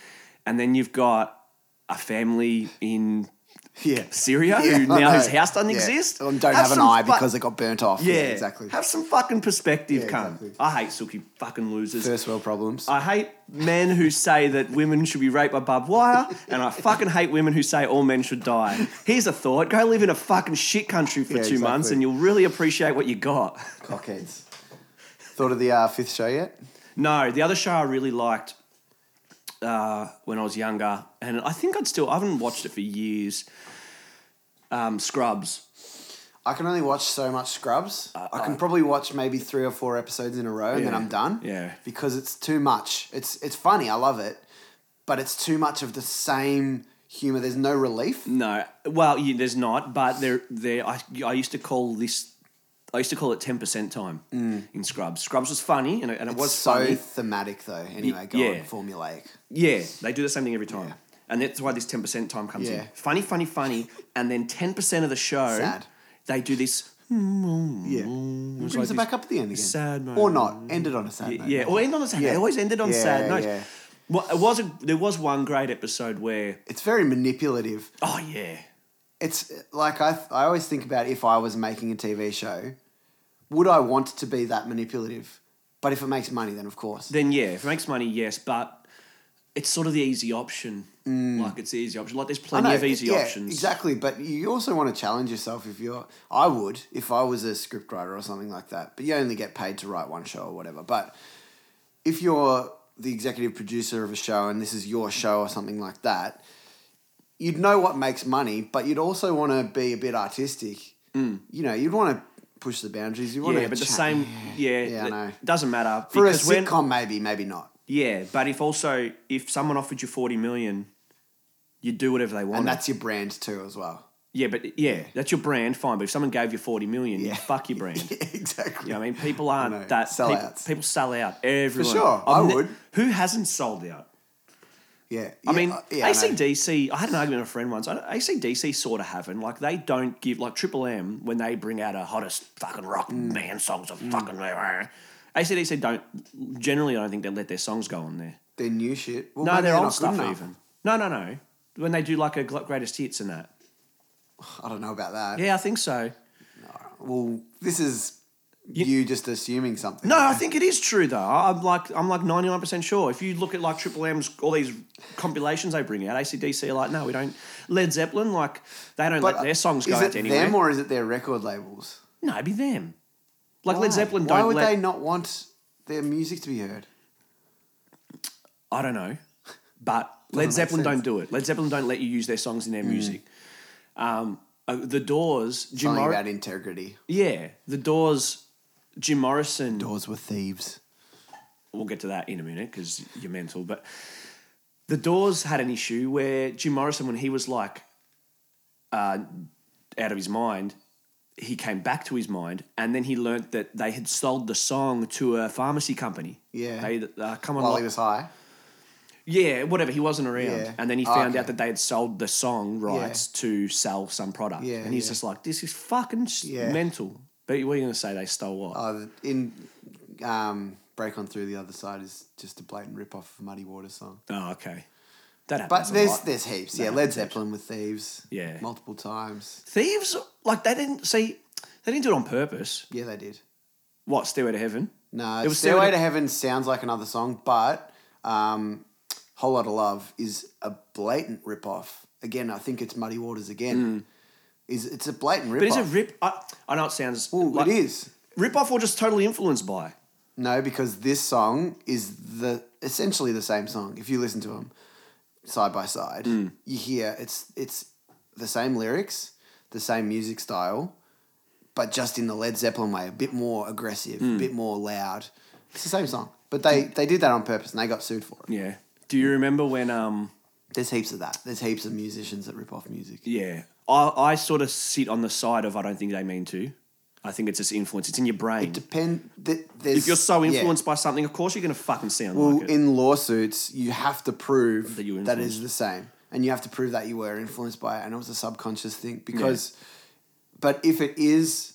Speaker 2: and then you've got a family in
Speaker 1: Yeah.
Speaker 2: Syria
Speaker 1: <laughs> Yeah,
Speaker 2: who
Speaker 1: I
Speaker 2: now
Speaker 1: know.
Speaker 2: his house doesn't
Speaker 1: Yeah.
Speaker 2: exist
Speaker 1: And don't have an
Speaker 2: some
Speaker 1: eye
Speaker 2: fu-
Speaker 1: because it got burnt off.
Speaker 2: yeah,
Speaker 1: Yeah, exactly.
Speaker 2: have some fucking perspective
Speaker 1: Yeah,
Speaker 2: cunt
Speaker 1: exactly.
Speaker 2: I hate sooky fucking losers
Speaker 1: First world problems.
Speaker 2: I hate men who say that women should be raped by barbed wire, and I fucking hate women who say all men should die. Here's a thought: go live in a fucking shit country for
Speaker 1: Yeah,
Speaker 2: two months,
Speaker 1: exactly.
Speaker 2: and you'll really appreciate what you got.
Speaker 1: Cockheads. Thought of the uh, fifth show yet?
Speaker 2: No, the other show I really liked uh, when I was younger, and I think I'd still I haven't watched it for years. Um, Scrubs.
Speaker 1: I can only watch so much Scrubs. I can probably watch maybe three or four episodes in a row and then
Speaker 2: Yeah.
Speaker 1: I'm done.
Speaker 2: Yeah.
Speaker 1: Because it's too much. It's it's funny. I love it, but it's too much of the same humor. There's no relief.
Speaker 2: No, well, you, there's not, but there, there. I, I used to call this. I used to call it ten percent time in Scrubs. Scrubs was funny, and it, and it was
Speaker 1: Mm. It's so
Speaker 2: funny.
Speaker 1: thematic though. Anyway, go
Speaker 2: yeah.
Speaker 1: on, formulaic.
Speaker 2: Yeah, they do the same thing every time.
Speaker 1: Yeah.
Speaker 2: And that's why this 10% time comes
Speaker 1: Yeah.
Speaker 2: in. Funny, funny, funny. And then 10% of the show,
Speaker 1: Sad.
Speaker 2: they do this
Speaker 1: Yeah. brings
Speaker 2: Mm, like
Speaker 1: it
Speaker 2: this
Speaker 1: back up at the end again.
Speaker 2: sad moment.
Speaker 1: Or not. Ended on a sad note.
Speaker 2: yeah, or end on a sad.
Speaker 1: Yeah.
Speaker 2: They always ended on
Speaker 1: Yeah,
Speaker 2: sad notes.
Speaker 1: yeah.
Speaker 2: Well, it was a, there was one great episode where
Speaker 1: It's very manipulative.
Speaker 2: oh yeah,
Speaker 1: It's like I, I always think about if I was making a TV show, would I want to be that manipulative? But if it makes money, then of course.
Speaker 2: then yeah, if it makes money, yes, but it's sort of the easy option. Like it's the easy option. Like there's
Speaker 1: Mm. I
Speaker 2: plenty
Speaker 1: know,
Speaker 2: of easy
Speaker 1: yeah,
Speaker 2: options.
Speaker 1: Exactly, but you also want to challenge yourself if you're. I would if I was a scriptwriter or something like that. But you only get paid to write one show or whatever. But if you're the executive producer of a show and this is your show or something like that, you'd know what makes money, but you'd also want to be a bit artistic. You know, you'd want to push the boundaries. You want
Speaker 2: Mm. Yeah,
Speaker 1: to
Speaker 2: but the
Speaker 1: cha-
Speaker 2: same. Yeah,
Speaker 1: Yeah, I
Speaker 2: it
Speaker 1: know.
Speaker 2: doesn't matter
Speaker 1: <laughs> for a
Speaker 2: because when-
Speaker 1: sitcom, maybe, maybe not.
Speaker 2: Yeah, but if also if someone offered you forty million, you do whatever they want.
Speaker 1: And that's your brand too, as well.
Speaker 2: yeah, but yeah, that's your brand, fine. But if someone gave you forty million, you fuck your brand.
Speaker 1: <laughs> Yeah, exactly.
Speaker 2: You know what I mean? People aren't
Speaker 1: know,
Speaker 2: that people-
Speaker 1: sellouts.
Speaker 2: People, sell out. Everyone.
Speaker 1: sure,
Speaker 2: I've
Speaker 1: I
Speaker 2: ne-
Speaker 1: would.
Speaker 2: Who hasn't sold out?
Speaker 1: Yeah,
Speaker 2: I mean,
Speaker 1: I know.
Speaker 2: ACDC. I had an argument with a friend once. I, ACDC sort of haven't. Like they don't give like Triple M when they bring out a hottest fucking rock
Speaker 1: Mm.
Speaker 2: band songs of fucking. ACDC don't generally. I don't think they let their songs go on there.
Speaker 1: They're new shit. Well,
Speaker 2: No,
Speaker 1: maybe
Speaker 2: they're
Speaker 1: not
Speaker 2: old
Speaker 1: good
Speaker 2: stuff
Speaker 1: enough.
Speaker 2: even. No, no, no. When they do like a gl- greatest hits and that.
Speaker 1: I don't know about that.
Speaker 2: Yeah, I think so.
Speaker 1: Well, this is you, just assuming something.
Speaker 2: No, I think it is true though. I- I'm like I'm like 99% sure. If you look at like Triple M's all these compilations they bring out, ACDC are like, no, we don't. Led Zeppelin, like they don't let their songs go
Speaker 1: is
Speaker 2: out
Speaker 1: it
Speaker 2: to anywhere.
Speaker 1: them or is it their record labels?
Speaker 2: no, it'd be them. Like
Speaker 1: Why?
Speaker 2: Led Zeppelin
Speaker 1: Why
Speaker 2: don't
Speaker 1: would
Speaker 2: let.
Speaker 1: they not want their music to be heard?
Speaker 2: I don't know, but Led
Speaker 1: make
Speaker 2: Zeppelin
Speaker 1: sense. Hmm.
Speaker 2: don't do it. Led Zeppelin don't let you use their songs in their music. Um, uh, the Doors, Jim
Speaker 1: Something
Speaker 2: Morrison.
Speaker 1: about integrity.
Speaker 2: Yeah, the Doors, Jim Morrison.
Speaker 1: Doors were thieves.
Speaker 2: we'll get to that in a minute because you're mental. But the Doors had an issue where Jim Morrison, when he was like uh, out of his mind, he came back to his mind, and then he learnt that they had sold the song to a pharmacy company.
Speaker 1: Yeah.
Speaker 2: they uh, come on,
Speaker 1: While
Speaker 2: like-
Speaker 1: he was high.
Speaker 2: yeah, whatever. He wasn't around,
Speaker 1: Yeah.
Speaker 2: and then he
Speaker 1: Oh,
Speaker 2: found
Speaker 1: okay.
Speaker 2: out that they had sold the song rights to sell some product.
Speaker 1: Yeah,
Speaker 2: and he's
Speaker 1: yeah.
Speaker 2: just like, "This is fucking s-
Speaker 1: Yeah.
Speaker 2: mental." But what are you gonna say? They stole what?
Speaker 1: Uh, in um, Break On Through the Other Side is just a blatant rip off of Muddy Waters song.
Speaker 2: oh, okay. That
Speaker 1: But
Speaker 2: happens. a
Speaker 1: there's
Speaker 2: lot.
Speaker 1: there's heaps.
Speaker 2: That
Speaker 1: Yeah, Led
Speaker 2: happens heaps.
Speaker 1: Zeppelin with thieves.
Speaker 2: Yeah.
Speaker 1: Multiple times.
Speaker 2: Thieves, like they didn't see, they didn't do it on purpose.
Speaker 1: Yeah, they did.
Speaker 2: What Stairway to Heaven?
Speaker 1: No,
Speaker 2: It was
Speaker 1: Stairway
Speaker 2: Stairway
Speaker 1: to Heaven sounds like another song, but um, Whole Lot of Love is a blatant rip-off. Again, I think it's Muddy Waters again. Is It's a blatant
Speaker 2: Hmm. But
Speaker 1: rip-off.
Speaker 2: is it rip? I, I know it sounds
Speaker 1: Well,
Speaker 2: like
Speaker 1: it is.
Speaker 2: rip off or just totally influenced by.
Speaker 1: No, because this song is the essentially the same song. If you listen to them side by side,
Speaker 2: Mm.
Speaker 1: you hear it's it's the same lyrics, the same music style, but just in the Led Zeppelin way, a bit more aggressive,
Speaker 2: Mm.
Speaker 1: a bit more loud. It's the same song, but they they did that on purpose and they got sued for it.
Speaker 2: Yeah. Do you remember when? Um.
Speaker 1: There's heaps of that. There's heaps of musicians that rip off music.
Speaker 2: Yeah. I I sort of sit on the side of I don't think they mean to. I think it's just influence. It's in your brain.
Speaker 1: Depend. Th- there's,
Speaker 2: if you're so
Speaker 1: yeah.
Speaker 2: influenced by something, of course you're gonna fucking sound
Speaker 1: Well,
Speaker 2: like it.
Speaker 1: in lawsuits, you have to prove
Speaker 2: That you were
Speaker 1: that it is the same, and you have to prove that you were influenced by it, and it was a subconscious thing. Because, but if it is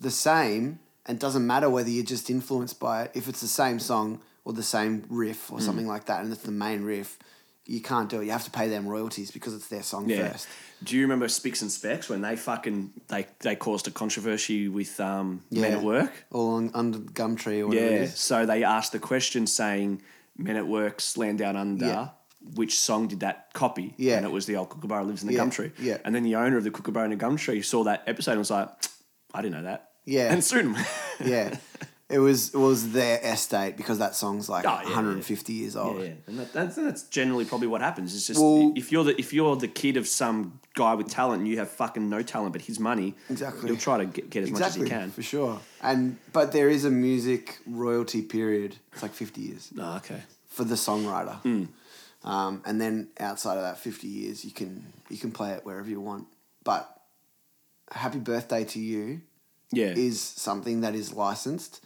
Speaker 1: the same, and doesn't matter whether you're just influenced by it, if it's the same song or the same riff
Speaker 2: Hmm.
Speaker 1: or something like that, and it's the main riff, you can't do it. You have to pay them royalties because it's their song
Speaker 2: yeah.
Speaker 1: first.
Speaker 2: Do you remember Spicks and Specks when they fucking they they caused a controversy with um men
Speaker 1: Yeah.
Speaker 2: at work?
Speaker 1: All on, under Gumtree or whatever it
Speaker 2: Yeah.
Speaker 1: is.
Speaker 2: So they asked the question saying, "Men at Work, Slam Down Under."
Speaker 1: Yeah.
Speaker 2: Which song did that copy?
Speaker 1: Yeah.
Speaker 2: And it was the old Kookaburra lives in the
Speaker 1: Yeah,
Speaker 2: gum tree.
Speaker 1: yeah.
Speaker 2: And then the owner of the Kookaburra in the gum tree saw that episode and was like, "I didn't know that."
Speaker 1: Yeah.
Speaker 2: And soon, <laughs>
Speaker 1: yeah. It was it was their estate because that song's like
Speaker 2: Oh, yeah, yeah.
Speaker 1: 150 years old.
Speaker 2: yeah. And that, that's, that's generally probably what happens. It's just
Speaker 1: Well-
Speaker 2: if you're the if you're the kid of some guy with talent and you have fucking no talent but his money,
Speaker 1: Exactly.
Speaker 2: you'll try to get, get as much as you can.
Speaker 1: for sure. And but there is a music royalty period. It's like fifty years
Speaker 2: Oh, okay.
Speaker 1: for the songwriter,
Speaker 2: Hmm.
Speaker 1: um, and then outside of that fifty years, you can you can play it wherever you want. But "Happy Birthday to You"
Speaker 2: Yeah.
Speaker 1: is something that is licensed,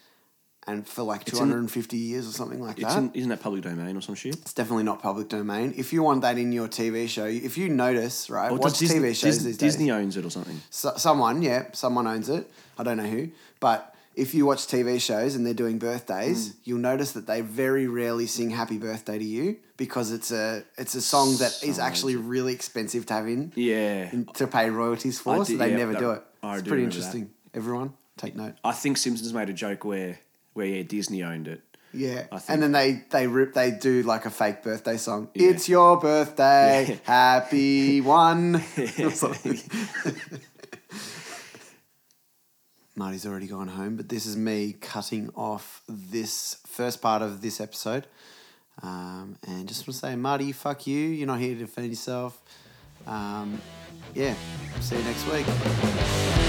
Speaker 1: and for like 250 years or something like
Speaker 2: It's
Speaker 1: that.
Speaker 2: in, isn't that public domain or some shit?
Speaker 1: it's definitely not public domain. If you want that in your TV show, if you notice, right,
Speaker 2: Or
Speaker 1: watch
Speaker 2: does
Speaker 1: TV shows
Speaker 2: Disney,
Speaker 1: these days.
Speaker 2: Disney owns it or something.
Speaker 1: So, someone, yeah, someone owns it. I don't know who, but if you watch TV shows and they're doing
Speaker 2: Hmm.
Speaker 1: birthdays, you'll notice that they very rarely sing "Happy Birthday to You" because it's a it's a song that is actually really expensive to have in,
Speaker 2: Yeah.
Speaker 1: in- to pay royalties for.
Speaker 2: I
Speaker 1: so
Speaker 2: do-
Speaker 1: they
Speaker 2: yeah,
Speaker 1: never
Speaker 2: that-
Speaker 1: do it.
Speaker 2: I
Speaker 1: it's
Speaker 2: do
Speaker 1: pretty
Speaker 2: remember that.
Speaker 1: interesting. Everyone, take note.
Speaker 2: I think Simpsons made a joke where, where yeah, Disney owned it.
Speaker 1: Yeah,
Speaker 2: I think-
Speaker 1: and then they they rip they do like a fake birthday song.
Speaker 2: Yeah.
Speaker 1: It's your birthday,
Speaker 2: <laughs> Yeah.
Speaker 1: happy
Speaker 2: <laughs>
Speaker 1: one. Or something. Marty's already gone home, but this is me cutting off this first part of this episode. Um, and just want to say, Marty, fuck you. You're not here to defend yourself. Um, yeah, see you next week.